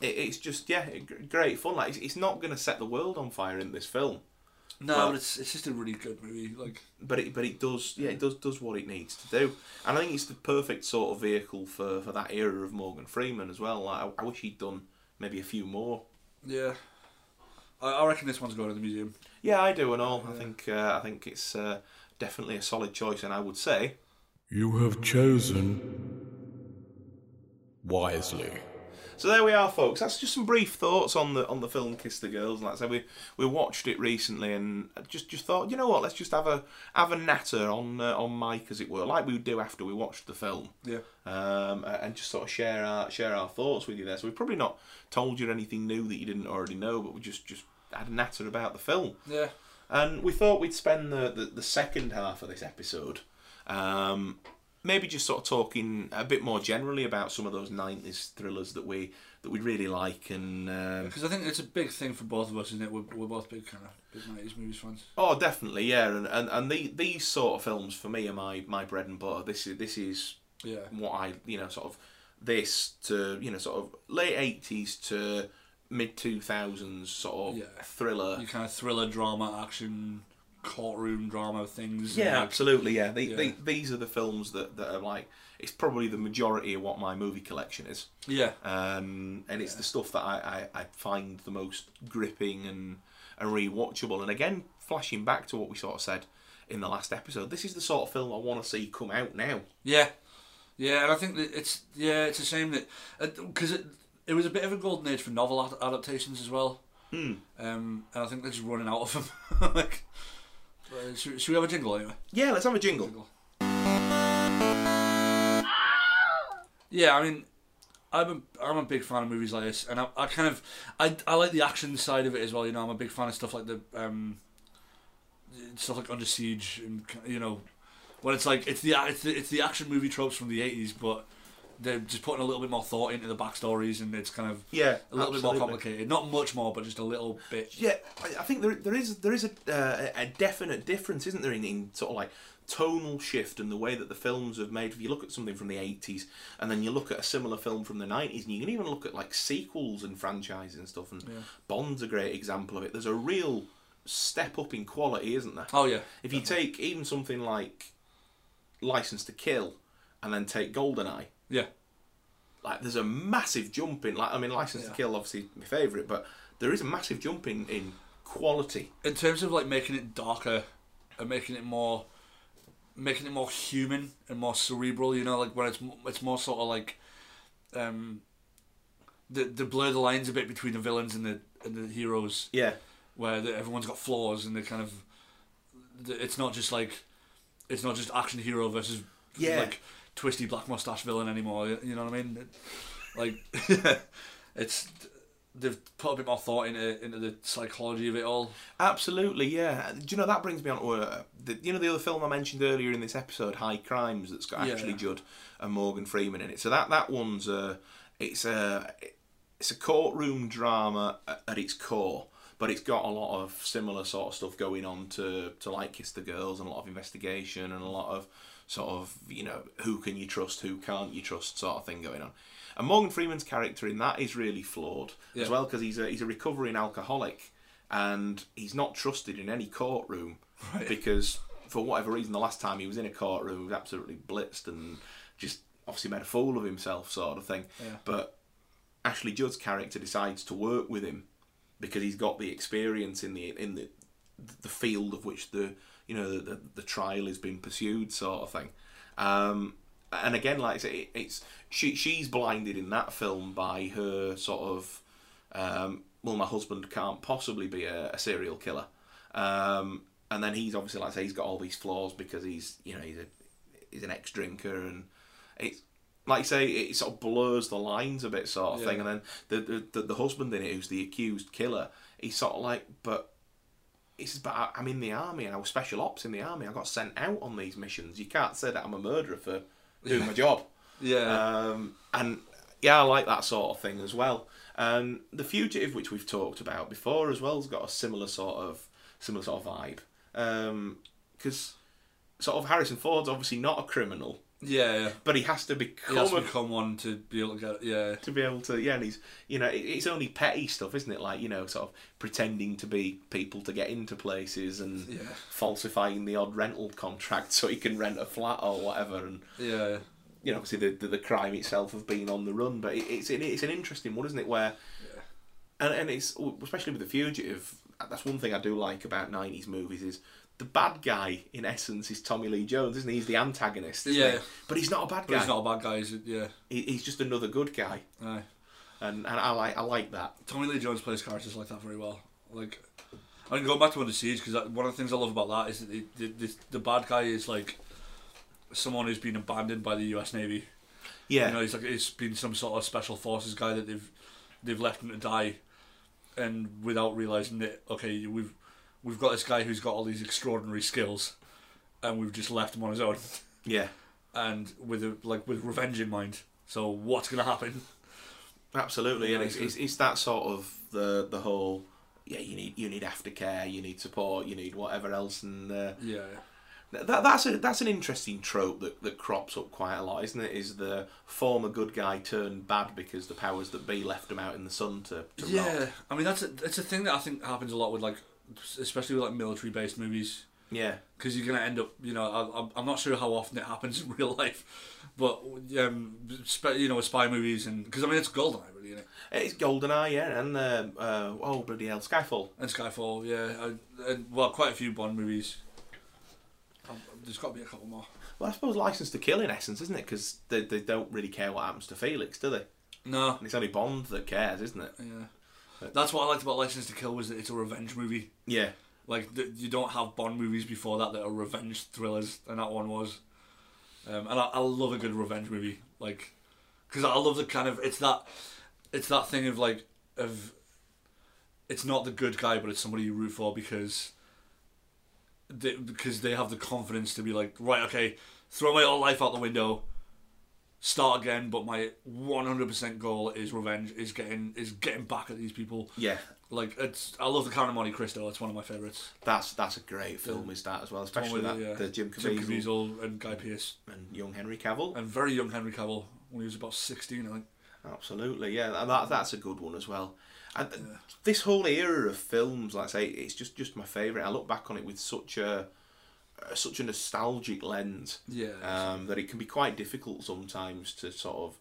it it's just yeah, g- great fun. Like it's, it's not going to set the world on fire in this film, no, Well- but it's it's just a really good movie. Like, but it but it does yeah it does does what it needs to do, and I think it's the perfect sort of vehicle for for that era of Morgan Freeman as well. Like, I, I wish he'd done maybe a few more. yeah, I, I reckon this one's going to the museum. Yeah, I do and all. I think uh, I think it's uh, definitely a solid choice, and I would say You have chosen wisely. So there we are, folks. That's just some brief thoughts on the on the film Kiss the Girls. Like I said, we we watched it recently and just just thought, you know what? Let's just have a have a natter on uh, on Mike, as it were, like we would do after we watched the film. Yeah. Um, a- and just sort of share our share our thoughts with you there. So we've probably not told you anything new that you didn't already know, but we just just had a natter about the film. Yeah. And we thought we'd spend the, the, the second half of this episode um, maybe just sort of talking a bit more generally about some of those 90s thrillers that we that we really like and um, Because I think it's a big thing for both of us, isn't it? We're, we're both big kind of big 90s movies fans. oh definitely yeah and and, and the, these sort of films for me are my, my bread and butter this is this is Yeah. what I you know sort of this to you know sort of late 80s to mid 2000s sort of Yeah. thriller You kind of thriller, drama, action, courtroom drama things. and, Yeah, like, absolutely. Yeah, they, They, Yeah. these are the films that, that are like it's probably the majority of what my movie collection is, yeah. um, and it's the stuff that I, I, I find the most gripping and and rewatchable. And again, flashing back to what we sort of said in the last episode, this is the sort of film I want to see come out now. Yeah, yeah, and I think that it's yeah, it's a shame that because it it was a bit of a golden age for novel ad- adaptations as well. Um, and I think they're just running out of them. like, uh, should, should we have a jingle anyway? Yeah, let's have a jingle. Yeah, I mean, I'm a, I'm a big fan of movies like this, and I, I kind of I, I like the action side of it as well. You know, I'm a big fan of stuff like the um, stuff like Under Siege, and you know, when it's like it's the it's the, it's the action movie tropes from the '80s, but they're just putting a little bit more thought into the backstories, and it's kind of Yeah, a little bit absolutely. more complicated. Not much more, but just a little bit. Yeah, I, I think there there is there is a uh, a definite difference, isn't there, in, in sort of like tonal shift and the way that the films have made. If you look at something from the eighties, and then you look at a similar film from the nineties, and you can even look at like sequels and franchises and stuff. And Bond's a great example of it. There's a real step up in quality, isn't there? Oh yeah, If you take even something like License to Kill, and then take Goldeneye, yeah, like there's a massive jump in. Like I mean, License to Yeah. Kill, obviously my favourite, but there is a massive jump in in quality. in terms of like making it darker and making it more making it more human and more cerebral you know like when it's m- it's more sort of like um the the blur the lines a bit between the villains and the and the heroes Yeah, where the, everyone's got flaws and they're kind of the, it's not just like it's not just action hero versus Yeah. like twisty black mustache villain anymore you know what i mean like it's they've put a bit more thought into into the psychology of it all absolutely. Yeah. Uh, Do you know that brings me on to uh, the, you know the other film I mentioned earlier in this episode, High Crimes, that's got Yeah. actually Judd and Morgan Freeman in it. So that that one's a it's uh, a it's a courtroom drama a- at its core. But it's got a lot of similar sort of stuff going on to, to like Kiss the Girls and a lot of investigation and a lot of sort of, you know, who can you trust, who can't you trust sort of thing going on. And Morgan Freeman's character in that is really flawed as Yeah. well because he's a, he's a recovering alcoholic and he's not trusted in any courtroom because for whatever reason the last time he was in a courtroom he was absolutely blitzed and just obviously made a fool of himself sort of thing but Ashley Judd's character decides to work with him because he's got the experience in the in the the field of which the you know the, the, the trial has been pursued sort of thing um and again like I say it, it's she she's blinded in that film by her sort of um well my husband can't possibly be a, a serial killer um and then he's obviously like I say he's got all these flaws because he's you know he's a he's an ex drinker and it's like you say it sort of blurs the lines a bit sort of thing Yeah. and then the, the the the husband in it who's the accused killer he's sort of like but it's just, but I- I'm in the army and I was special ops in the army. I got sent out on these missions. You can't say that I'm a murderer for doing my job. yeah Um, and yeah, I like that sort of thing as well. Um, the fugitive, which we've talked about before as well, has got a similar sort of similar sort of vibe. Because sort of Harrison Ford's obviously not a criminal, Yeah, yeah. but he has to He become has to a become one to be able to get. Yeah, to be able to yeah and he's you know it, it's only petty stuff isn't it like you know sort of pretending to be people to get into places and Yeah. falsifying the odd rental contract so he can rent a flat or whatever and yeah, you know obviously the the, the crime itself of being on the run but it, it's an, it's an interesting one isn't it where and, and it's especially with the fugitive that's one thing I do like about 90s movies is the bad guy in essence is Tommy Lee Jones isn't he he's the antagonist isn't Yeah. he? but he's not a bad But guy he's not a bad guy, is it? Yeah, He- he's just another good guy aye. and and I like I like that. Tommy Lee Jones plays characters like that very well. Like, I mean, going back to Under Siege because one of the things I love about that is that the, the, the, the bad guy is like someone who's been abandoned by the U.S. Navy. Yeah, You know, he's like he's been some sort of special forces guy that they've they've left him to die, and without realizing that okay, we've we've got this guy who's got all these extraordinary skills, and we've just left him on his own, yeah, and with a, like with revenge in mind. So what's gonna happen? absolutely. And Yeah, it's, it's it's, it's that sort of the the whole. Yeah, you need you need aftercare, you need support, you need whatever else, and uh, Yeah, that, that's a that's an interesting trope that, that crops up quite a lot, isn't it? Is the former good guy turned bad because the powers that be left him out in the sun to, to yeah. rot? I mean that's a, it's a thing that I think happens a lot with like especially with like military based movies. Yeah, because you're gonna end up, you know, I, I'm- I'm not sure how often it happens in real life, but um, sp- you know, with spy movies and because I mean it's Goldeneye really, isn't it? it's Goldeneye, yeah, and uh, uh, oh bloody hell, Skyfall. And Skyfall, yeah, I, and, well, quite a few Bond movies. Um, There's got to be a couple more. Well, I suppose License to Kill in essence, isn't it? Because they, they don't really care what happens to Felix, do they? No, And it's only Bond that cares, isn't it? yeah, that's what I liked about License to Kill was that it's a revenge movie. Yeah, Like th- you don't have Bond movies before that that are revenge thrillers, and that one was. Um, and I, I love a good revenge movie, like, because I love the kind of it's that, it's that thing of like of. It's not the good guy, but it's somebody you root for because. They, because they have the confidence to be like, right, okay, throw my whole life out the window, start again. But my one hundred percent goal is revenge, is getting is getting back at these people. yeah. Like it's, I love the Count of Monte Cristo. It's one of my favorites. That's that's a great film, is that as well? Especially that yeah, the Jim uh, Jim Caviezel, Caviezel and Guy Pearce and young Henry Cavill. and very young Henry Cavill when he was about sixteen, I think. Absolutely, yeah, that, that that's a good one as well. And th- this whole era of films, like I say, it's just just my favourite. I look back on it with such a uh, such a nostalgic lens Yeah, um, that it can be quite difficult sometimes to sort of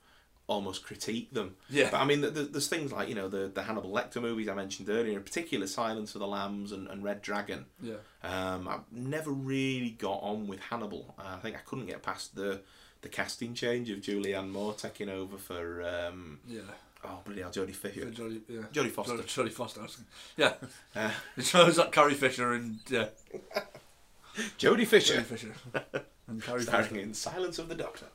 almost critique them. Yeah. But I mean, th th- there's things like you know the the Hannibal Lecter movies I mentioned earlier, in particular Silence of the Lambs and, and Red Dragon. yeah, Um, I never really got on with Hannibal. I think I couldn't get past the the casting change of Julianne Moore taking over for. Um, yeah. Oh, bloody hell, Jodie Fisher. Jodie, yeah. Jodie Foster. Uh. Jodie, Jodie Foster. I was thinking. Yeah. so it was like Carrie Fisher and yeah, Jodie Carrie Fisher. Fisher and Carrie Fisher. Starring in Silence of the Doctor.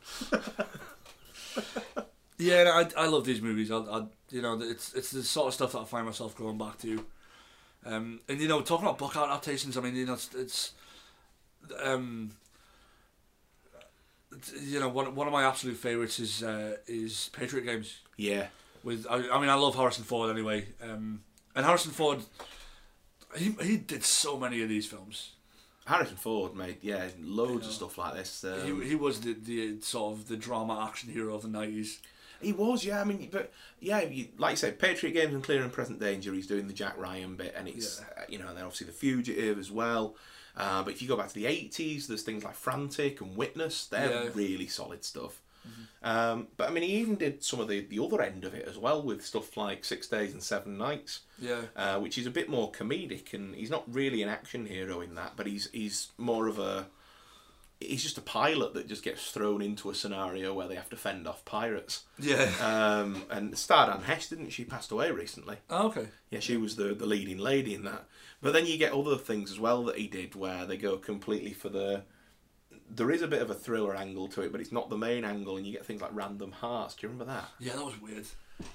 Yeah, no, I I love these movies. I, I you know it's it's the sort of stuff that I find myself going back to. Um, and you know, talking about book adaptations, I mean, you know, it's, it's um, it's, you know, one one of my absolute favorites is uh, is Patriot Games. Yeah. With I, I mean, I love Harrison Ford anyway. Um, and Harrison Ford, he he did so many of these films. Harrison Ford made, yeah, loads of stuff like this. Um, he, he was the, the sort of the drama action hero of the nineties. he, was, yeah, I mean, but, yeah, you, like you said, Patriot Games and Clear and Present Danger, he's doing the Jack Ryan bit, and it's, uh, you know, and then obviously The Fugitive as well. Uh, but if you go back to the 80s, there's things like Frantic and Witness, they're Yeah. Mm-hmm. really solid stuff. Um, but I mean, he even did some of the, the other end of it as well with stuff like Six Days and Seven Nights. Yeah. uh, which is a bit more comedic, and he's not really an action hero in that, but he's he's more of a he's just a pilot that just gets thrown into a scenario where they have to fend off pirates. Yeah. Um, and Stardan Hesh didn't she passed away recently? Oh, okay. Yeah, she was the the leading lady in that. But then you get other things as well that he did where they go completely for the. There is a bit of a thriller angle to it, but it's not the main angle, and you get things like Random Hearts. Do you remember that? Yeah, that was weird.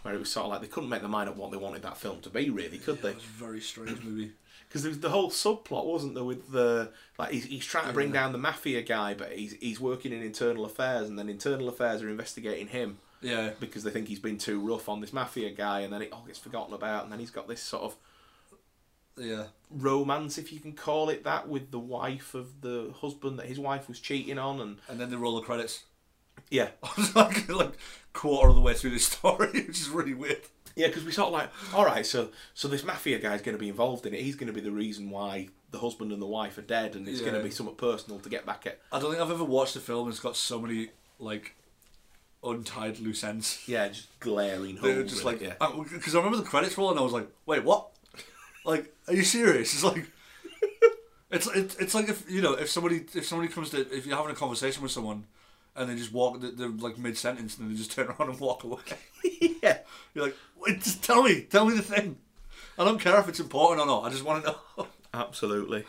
Where it was sort of like they couldn't make their mind up what they wanted that film to be, really, could they? That was a very strange movie. because there was the whole subplot, wasn't there, with the like he's, he's trying to bring down the mafia guy, but he's he's working in internal affairs, and then internal affairs are investigating him Yeah. because they think he's been too rough on this mafia guy, and then it all gets forgotten about, and then he's got this sort of Yeah. romance, if you can call it that, with the wife of the husband that his wife was cheating on, and And then they roll the credits. yeah, I was like, like quarter of the way through the story, which is really weird. Yeah, because we sort of like, all right, so so this mafia guy's going to be involved in it. He's going to be the reason why the husband and the wife are dead, and it's going Yeah. to be something personal to get back at. I don't think I've ever watched a film that's got so many like untied loose ends. Yeah, just glaring. They were holes just in like "Uh, it, Oh, yeah. because I remember the credits roll and I was like, wait, what? Like, are you serious? It's like. It's, it's it's like if you know if somebody if somebody comes to if you're having a conversation with someone and they just walk. They're, they're like mid sentence, and they just turn around and walk away. yeah. You're like, Wait, just tell me, tell me the thing. I don't care if it's important or not. I just want to know. Absolutely.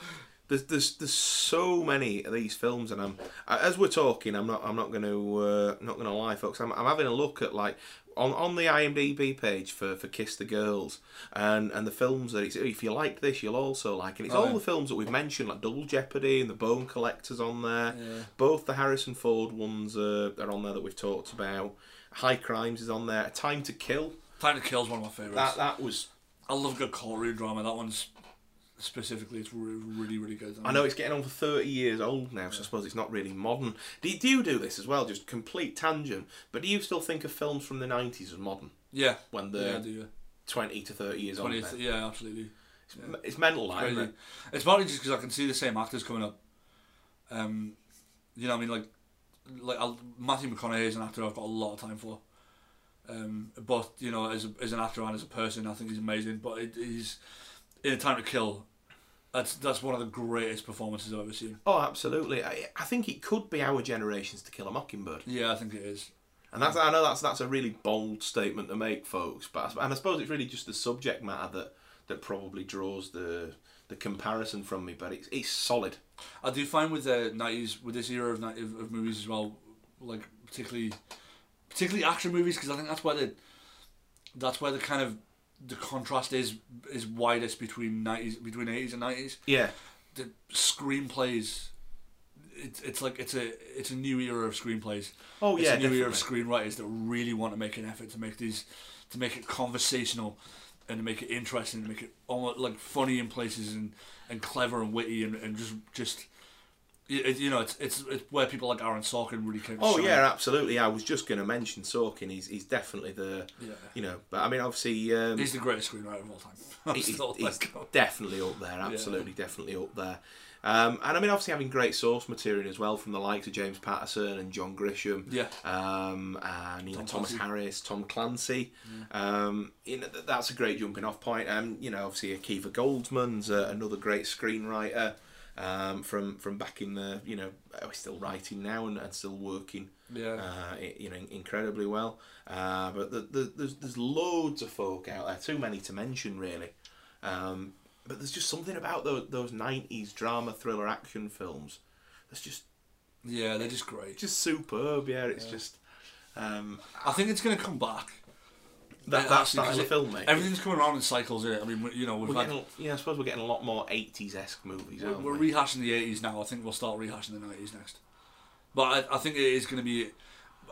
There's, there's there's so many of these films, and I'm I- as we're talking, I'm not I'm not going to uh, not going to lie, folks. I'm, I'm having a look at like on, on the IMDb page for, for Kiss the Girls and and the films that it's if you like this, you'll also like it. It's all the films that we've mentioned, like Double Jeopardy and The Bone Collectors on there. Both the Harrison Ford ones are, are on there that we've talked about. High Crimes is on there. A Time to Kill. Time to Kill is one of my favorites. That that was I love good Korean drama. That one's specifically, it's re- really, really good. I know it's getting on for 30 years old now, so I suppose it's not really modern. Do you, do you do this as well? Just complete tangent. But do you still think of films from the 90s as modern Yeah. when yeah, I they're do, yeah. 20 to 30 years old? 20, now? yeah, absolutely. It's- It's mental, like, Crazy. isn't it? It's partly just because I can see the same actors coming up. Um, you know, what I mean, like, like I'll, Matthew McConaughey is an actor I've got a lot of time for. Um, but you know, as a, as an actor and as a person, I think he's amazing. But it, he's in a time to kill. That's that's one of the greatest performances I've ever seen. Oh, absolutely. I, I think it could be our generation's To Kill a Mockingbird. Yeah, I think it is. And that's I know that's that's a really bold statement to make, folks. But I sp- and I suppose it's really just the subject matter that that probably draws the the comparison from me. But it's it's solid. I do find with the nineties, with this era of, 90, of of movies as well, like particularly, particularly action movies, because I think that's where the, that's where the kind of the contrast is is widest between nineties between eighties and nineties. Yeah. The screenplays, it's it's like it's a it's a new era of screenplays. Oh, it's yeah, a new era of definitely. screenwriters that really want to make an effort to make these, to make it conversational. And to make it interesting, to make it almost like funny in places, and, and clever and witty, and, and just just you, it- you know, it's, it's it's where people like Aaron Sorkin really came. to Oh shine. yeah, absolutely. I was just going to mention Sorkin. He's he's definitely the Yeah. you know. But I mean, obviously, um, he's the greatest screenwriter of all time. I'm he- still he's like, definitely up there. Absolutely, definitely up there. Um, and I mean, obviously, having great source material as well from the likes of James Patterson and John Grisham. Yeah. Um, and you know, Tom Thomas Clancy. Harris, Tom Clancy. Um, you know, th- that's a great jumping off point. And you know, obviously, Akiva Goldsman's uh, another great screenwriter. Um, from from back in the you know oh, he's still writing now and, and still working Yeah. uh, i- you know, incredibly well. Uh, but the, the, there's there's loads of folk out there, too many to mention really. Um, but there's just something about those, those '90s drama, thriller, action films that's just yeah, they're just great. just superb. Yeah, it's just um, I think it's going to come back. that, Yeah, that actually, style 'cause of it- filmmaking. Everything's coming around in cycles. Isn't it? I mean, we- you know, we've we're had, getting, yeah, I suppose we're getting a lot more '80s esque movies, we're, aren't we're we? rehashing the eighties now. I think we'll start rehashing the nineties next. But I, I think it is going to be.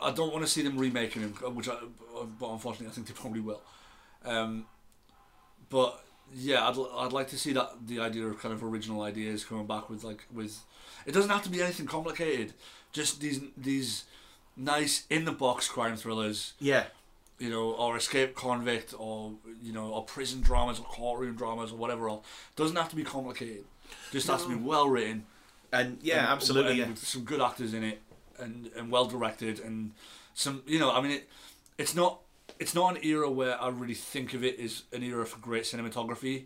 I don't want to see them remaking him, which, I, uh, but unfortunately, I think they probably will. Um, but yeah, I'd, I'd like to see that the idea of kind of original ideas coming back with like with. It doesn't have to be anything complicated. Just these these nice in the box crime thrillers yeah, you know, or escape convict, or you know, or prison dramas, or courtroom dramas, or whatever else. Doesn't have to be complicated. Just has to be well written. and yeah, absolutely. yeah. With some good actors in it, and and well directed, and some you know, I mean, it, it's not. It's not an era where I really think of it as an era for great cinematography,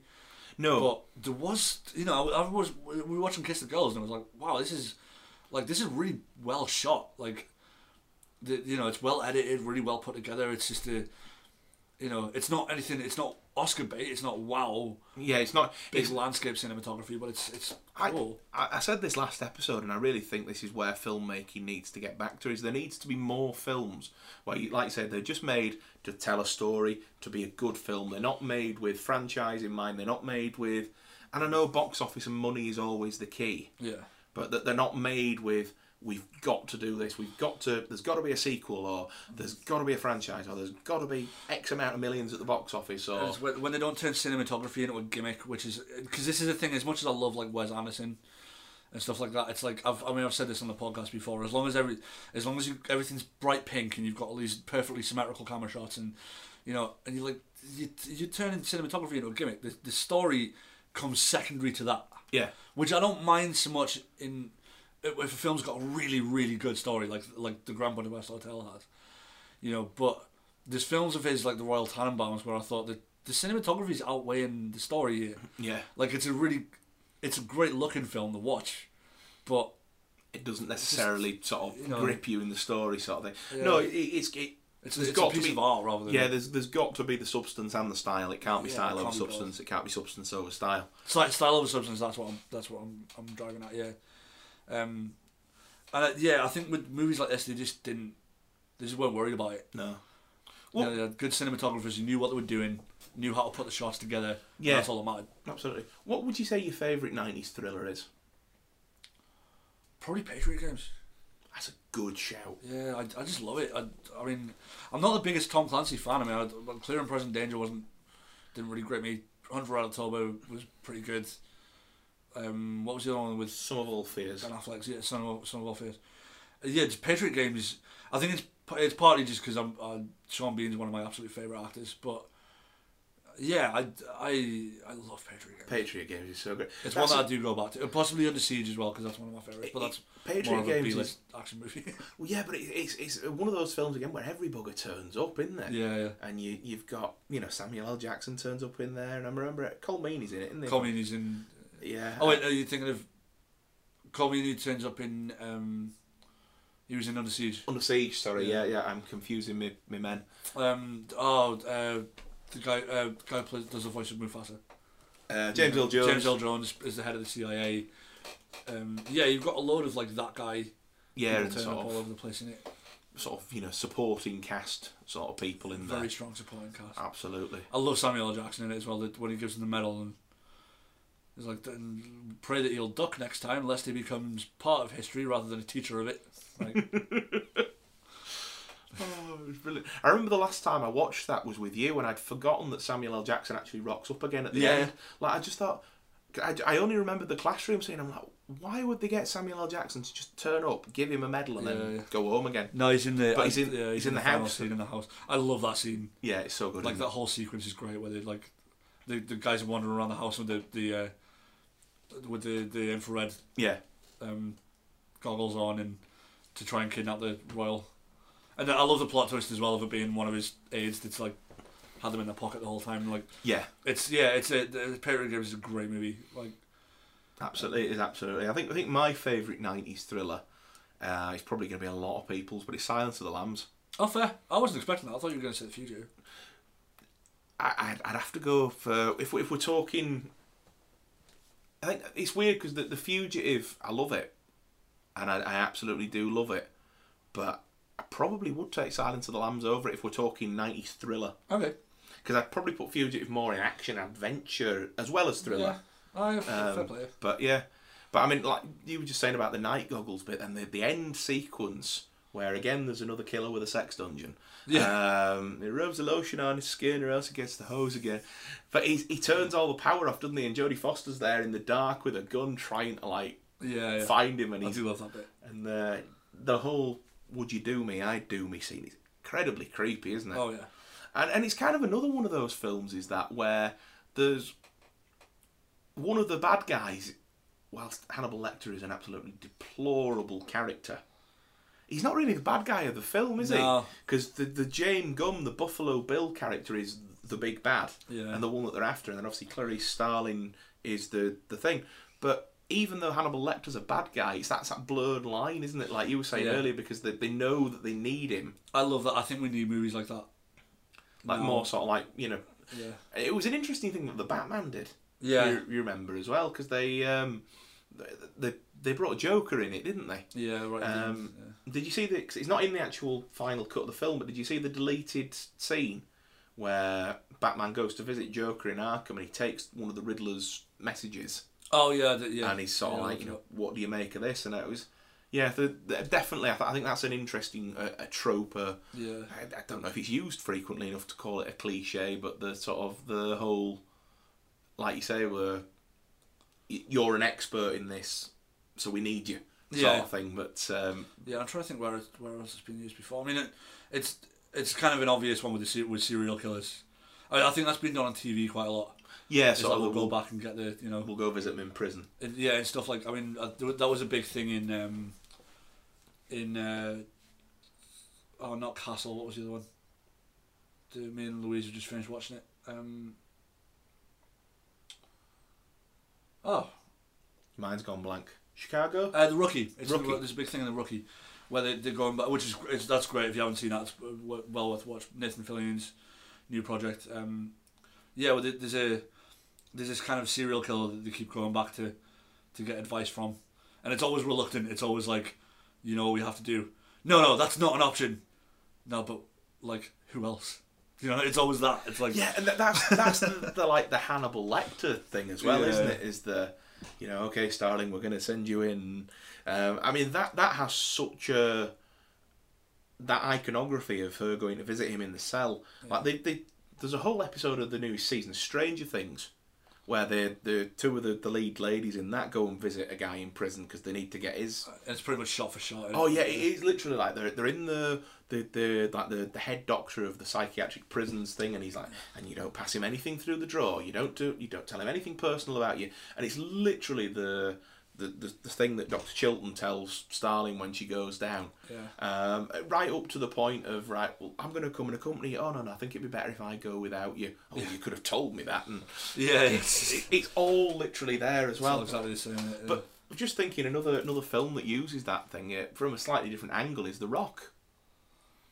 No, but there was, you know, I, I was we were watching Kiss the Girls and I was like, wow, this is, like, this is really well shot. Like, the, you know, it's well edited, really well put together. It's just a, you know, it's not anything. It's not Oscar bait. It's not wow yeah, it's not. big It's, landscape cinematography, but it's it's I, cool. I I said this last episode, and I really think this is where filmmaking needs to get back to. Is there needs to be more films where, you, like I said, they're just made to tell a story, to be a good film. They're not made with franchise in mind. They're not made with, and I know box office and money is always the key, yeah, but that they're not made with. We've got to do this. We've got to. There's got to be a sequel, or there's got to be a franchise, or there's got to be X amount of millions at the box office, or It's when, when they don't turn cinematography into a gimmick, which is because this is the thing. As much as I love like Wes Anderson and stuff like that, it's like I've, I mean I've said this on the podcast before. As long as every as long as you, everything's bright pink and you've got all these perfectly symmetrical camera shots and you know and you like you you turn cinematography into a gimmick. The, the story comes secondary to that yeah, which I don't mind so much in if a film's got a really really good story like like the Grand Budapest Hotel has, you know. But there's films of his like the Royal Tannenbaums where I thought that the cinematography is outweighing the story here. yeah. Like it's a really, it's a great looking film to watch, but it doesn't necessarily sort of you know. grip you in the story sort of thing. No, Yeah. it, it's it, It's, there's it's a piece of art rather than yeah, there's there's got to be the substance and the style. It can't be Yeah, style it over can't be both. substance. It can't be substance over style. It's like style over substance. That's what I'm. That's what I'm. I'm driving at. Yeah. Um, and uh, yeah, I think with movies like this, they just didn't. They just weren't worried about it. No. You Well- know, they had good cinematographers who knew what they were doing, knew how to put the shots together. and Yeah. that's all that mattered. Absolutely. What would you say your favourite '90s thriller is? Probably Patriot Games. That's a good shout. Yeah, I, I just love it. I, I mean, I'm not the biggest Tom Clancy fan. I mean, I, Clear and Present Danger wasn't didn't really grip me. Hunt for Red October was pretty good. Um, what was the other one with Some of all fears. Ben Affleck's yeah, Son of Son of All Fears. Uh, Yeah, it's Patriot Games. I think it's p- it's partly just because I'm uh, Sean Bean's one of my absolute favorite actors, but uh, yeah, I I I love Patriot Games. Patriot Games is so great. it's That's one that a- I do go back to, and possibly Under Siege as well because that's one of my favorites. But It- that's Patriot more of a Games B-list action movie. Well, yeah, but it, it's it's one of those films again where every bugger turns up, isn't there? yeah, yeah. And you you've got you know Samuel L. Jackson turns up in there, and I remember it. Cole Meany's in it, isn't he? Community's in. Yeah. Oh wait, are you thinking of? Community turns up in. Um, he was in Under Siege. Under siege. Sorry. Yeah, yeah. I'm confusing me me men. Um, oh, uh, the guy uh, guy who plays does the voice of Mufasa. Uh, James Yeah. L. Jones. James L. Jones is the head of the CIA. Um, yeah, you've got a load of like that guy. Yeah, people and turn sort up all of over the place in it. sort of you know supporting cast sort of people in Very there. strong supporting cast. Absolutely. I love Samuel L. Jackson in it as well. That when he gives him the medal and he's like, "Then pray that he'll duck next time, lest he becomes part of history rather than a teacher of it. Like, Oh, it was brilliant. I remember the last time I watched that was with you, and I'd forgotten that Samuel L. Jackson actually rocks up again at the Yeah. end. Like I just thought, I, I only remembered the classroom scene. I'm like, why would they get Samuel L. Jackson to just turn up, give him a medal, and then Yeah, yeah. go home again? no, he's in the. But he's in- yeah, he's in the final house. Scene in the house. I love that scene. Yeah, it's so good. Like isn't that whole sequence is great, where they like the the guys are wandering around the house with the the uh, with the the infrared it? Yeah, um, goggles on and to try and kidnap the royal. And then I love the plot twist as well of it being one of his aides that's like had them in their pocket the whole time. Like yeah, it's yeah, it's a the Patriot Games is a great movie. Like absolutely. It is absolutely. I think I think my favourite '90s thriller. Uh, it's probably going to be a lot of people's, but it's Silence of the Lambs. oh fair, I wasn't expecting that. I thought you were going to say the future. I, I'd, I'd have to go for if we, if we're talking. I think it's weird because the, the fugitive, I love it, and I, I absolutely do love it, but I probably would take Silence of the Lambs over it if we're talking nineties thriller Okay, because I'd probably put fugitive more in action adventure as well as yeah, thriller. I fair Um, play. But yeah, but I mean, like you were just saying about the night goggles bit, and the the end sequence where again there's another killer with a sex dungeon. Yeah. Um, he rubs the lotion on his skin, or else he gets the hose again. But he he turns all the power off, doesn't he? And Jodie Foster's there in the dark with a gun, trying to like Yeah, yeah. find him, and I he's do love that bit. and the the whole "Would you do me? I'd do me" scene is incredibly creepy, isn't it? Oh yeah, And and it's kind of another one of those films is that where there's one of the bad guys, whilst Hannibal Lecter is an absolutely deplorable character, he's not really the bad guy of the film, is No. he? Because the the James Gum, the Buffalo Bill character, is the big bad Yeah. and the one that they're after, and then obviously Clarice Starling is the the thing, but. Even though Hannibal Lecter's a bad guy, it's that's that blurred line, isn't it? Like you were saying Yeah. earlier, because they, they know that they need him, I love that. I think we need movies like that. like No. more sort of like you know Yeah, It was an interesting thing that the Batman did. yeah, you, you remember as well because they um, th- they they brought Joker in it, didn't they? yeah. Right. at the end, Um, yeah. Did you see the? 'cause it's not in the actual final cut of the film, but did you see the deleted scene where Batman goes to visit Joker in Arkham and he takes one of the Riddler's messages Oh yeah, the, yeah. and he's sort Yeah, of like, I you love know, what do you make of this? And it was, yeah, the, the- definitely. I, th- I think that's an interesting uh, a trope. Uh, that. yeah. I, I don't know if it's used frequently enough to call it a cliche, but the sort of the whole, like you say, were y- you're an expert in this, so we need you sort Yeah. of thing. But um, Yeah, I'm trying to think where it, where else it's been used before. I mean, it, it's it's kind of an obvious one with the se- with serial killers. I, I think that's been done on TV quite a lot. yeah, It's sort like of we'll we'll, go back and get the you know we'll go visit him in prison. it- yeah and stuff like I mean uh, th- that was a big thing in um in uh oh not Castle what was the other one? The, me and Louise have just finished watching it. Um, oh Mine's gone blank. Chicago. Uh, the rookie. It's Rookie. The, there's a big thing in the rookie where they, they're going back, which is it's, that's great. If you haven't seen that, it's w- w- well worth watch. Nathan Fillion's new project. Um, yeah, well, there- there's a there's this kind of serial killer that they keep going back to to get advice from, and it's always reluctant. It's always like, you know, what we have to do. No, no, that's not an option. No, but like, who else? You know, it's always that. It's like, Yeah, and that, that's that's the, the like the Hannibal Lecter thing as well, Yeah. isn't it? Is the you know, okay, Starling, we're going to send you in. Um, I mean that that has such a that iconography of her going to visit him in the cell. Like they, they there's a whole episode of the newest season, Stranger Things, where the the two of the, the lead ladies in that go and visit a guy in prison because they need to get his it's pretty much shot for shot. Oh yeah, it is literally like they're they're in the the, the like the, the head doctor of the psychiatric prisons thing, and he's like, and you don't pass him anything through the drawer. You don't do you don't tell him anything personal about you, and it's literally the the, the, the thing that Doctor Chilton tells Starling when she goes down. Yeah. Um, right up to the point of right, well, I'm going to come and accompany you on, and I think it'd be better if I go without you. Oh, you could have told me that, and yeah. It's, it, it's all literally there as well. well, exactly the same. yeah. But just thinking, another another film that uses that thing uh, from a slightly different angle is The Rock.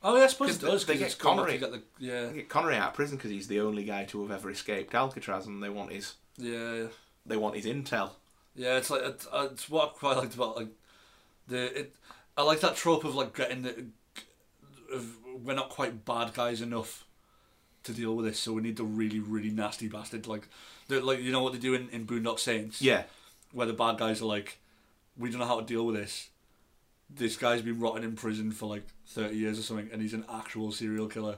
Oh, yeah, I suppose 'Cause it does. they 'cause get it's gone back Connery. to get the- yeah, They get Connery out of prison because he's the only guy to have ever escaped Alcatraz, and they want his yeah, they want his intel. yeah. It's like it's, uh, it's what I quite liked about like the it. I like that trope of like getting the of we're not quite bad guys enough to deal with this, so we need the really really nasty bastard. Like, they're like you know what they do in in Boondock Saints, Yeah, where the bad guys are like, we don't know how to deal with this. This guy's been rotting in prison for like 30 years or something, and he's an actual serial killer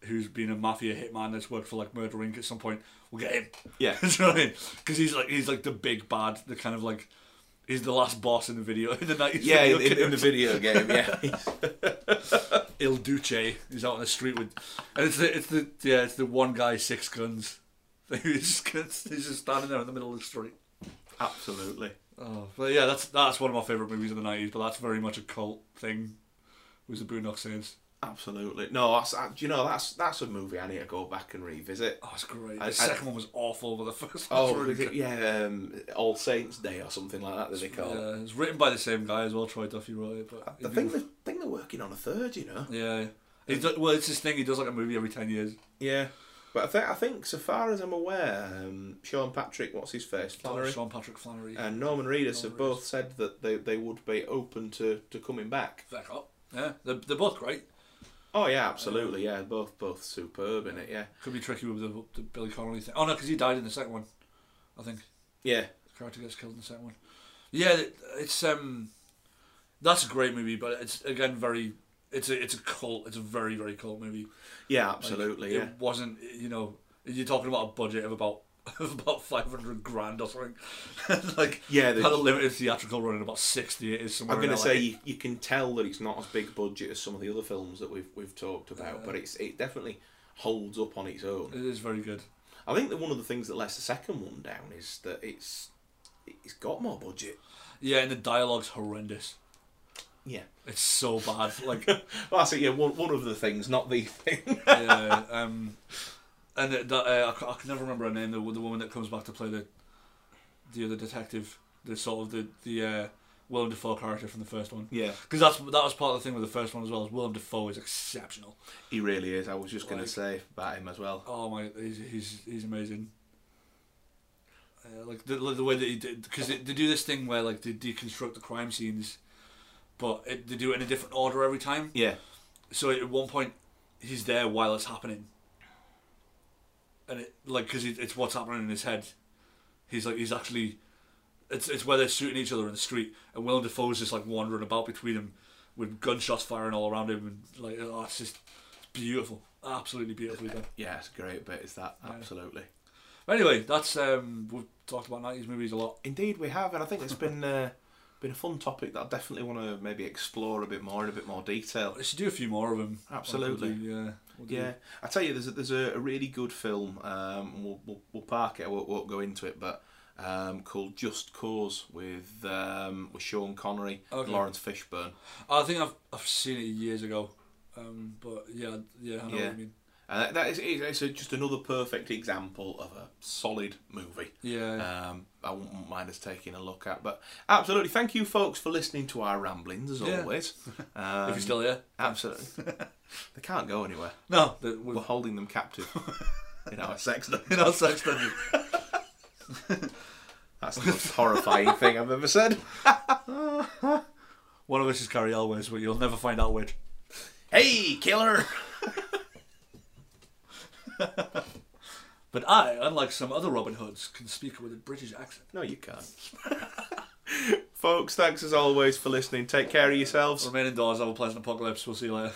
who's been a mafia hitman that's worked for like Murder Inc. at some point. We'll get him. Yeah. Do you know what I mean? Because he's like, he's like the big bad, the kind of like, he's the last boss in the video, in the 90s. yeah, video in, in, game. in the video game, yeah. Il Duce is out on the street with, and it's the it's the yeah it's the one guy six guns. he's just, he's just standing there in the middle of the street. Absolutely. Oh, but yeah, that's that's one of my favorite movies of the nineties. But that's very much a cult thing. Was the Boondock Saints? Absolutely. No, that's, uh, do you know that's that's a movie I need to go back and revisit. Oh, it's great. The I- I- second one was awful, but the first one Oh, was really good. yeah, um, All Saints Day or something like that that they call it. Yeah, it's written by the same guy as well. Troy Duffy wrote it, but Uh, The thing, the thing they're working on a third, you know. yeah, he do, well, it's his thing. He does like a movie every ten years. Yeah, but I think I think so far as I'm aware, um, Sean Patrick, what's his face, Flannery, Uh. Sean Patrick Flannery. and Norman Reedus have Norman both said that they, they would be open to, to coming back. Back up. Yeah, they're, they're both great. Oh yeah, absolutely, yeah, both both superb in it, yeah, Could be tricky with the, the Billy Connolly thing. Oh no, because he died in the second one, I think. yeah, The character gets killed in the second one. Yeah, it- it's um, that's a great movie, but it's again very, it's a it's a cult. It's a very very cult movie. yeah, Like, absolutely, yeah. It wasn't you know you're talking about a budget of about of about five hundred grand or something. like Yeah, had the- a limited theatrical run in about sixty. It is somewhere. I'm gonna in LA. say you, you can tell that it's not as big budget as some of the other films that we've we've talked about, Uh. but it's it definitely holds up on its own. it is very good. I think that one of the things that lets the second one down is that it's it's got more budget. Yeah, and the dialogue's horrendous. Yeah. It's so bad. Like Well, I say, yeah, one, one of the things, not the thing. yeah, um, and that that, uh, I, ca- I can never remember her name. The, wo- the woman that comes back to play the the other detective, the sort of the the uh, Willem Dafoe character from the first one. yeah. Because that's that was part of the thing with the first one as well. Is Willem Dafoe is exceptional. He really is. I was just going Like- to say about him as well. Oh my, he's he's, he's amazing. Uh, like the the way that he did because they, they do this thing where like they deconstruct the crime scenes, but it, they do it in a different order every time. Yeah, so at one point he's there while it's happening and it like because it's what's happening in his head he's like he's actually it's it's where they're shooting each other in the street and Willem Dafoe's just like wandering about between them with gunshots firing all around him and like oh it's just it's beautiful absolutely beautifully done yeah, it's a great bit. Is that absolutely? but anyway that's um we've talked about 90s movies a lot Indeed, we have, and I think it's been uh, been a fun topic that I definitely want to maybe explore a bit more in a bit more detail. I should do a few more of them Absolutely. We'll do, yeah we'll do- Yeah, I tell you, there's a, there's a, a really good film. Um, and we'll, we'll we'll park it. I won't, won't go into it, but um, called Just Cause with um, with Sean Connery Okay. and Lawrence Fishburne. I think I've I've seen it years ago um but yeah yeah I know Yeah. what you mean And that, that is it's a, just another perfect example of a solid movie. Yeah. Um, I wouldn't mind us taking a look at. But absolutely, thank you, folks, for listening to our ramblings as Yeah. always. if Um, you're still here. absolutely, they can't go anywhere. No, that we We're holding them captive in our sex. dungeon. in our sex dungeon. That's the most horrifying thing I've ever said. One of us is Carrie Elways, but you'll never find out which. Hey, killer! But I, unlike some other Robin Hoods, can speak with a British accent. No, you can't. Folks, thanks as always for listening. Take care of yourselves. Remain indoors, have a pleasant apocalypse. We'll see you later.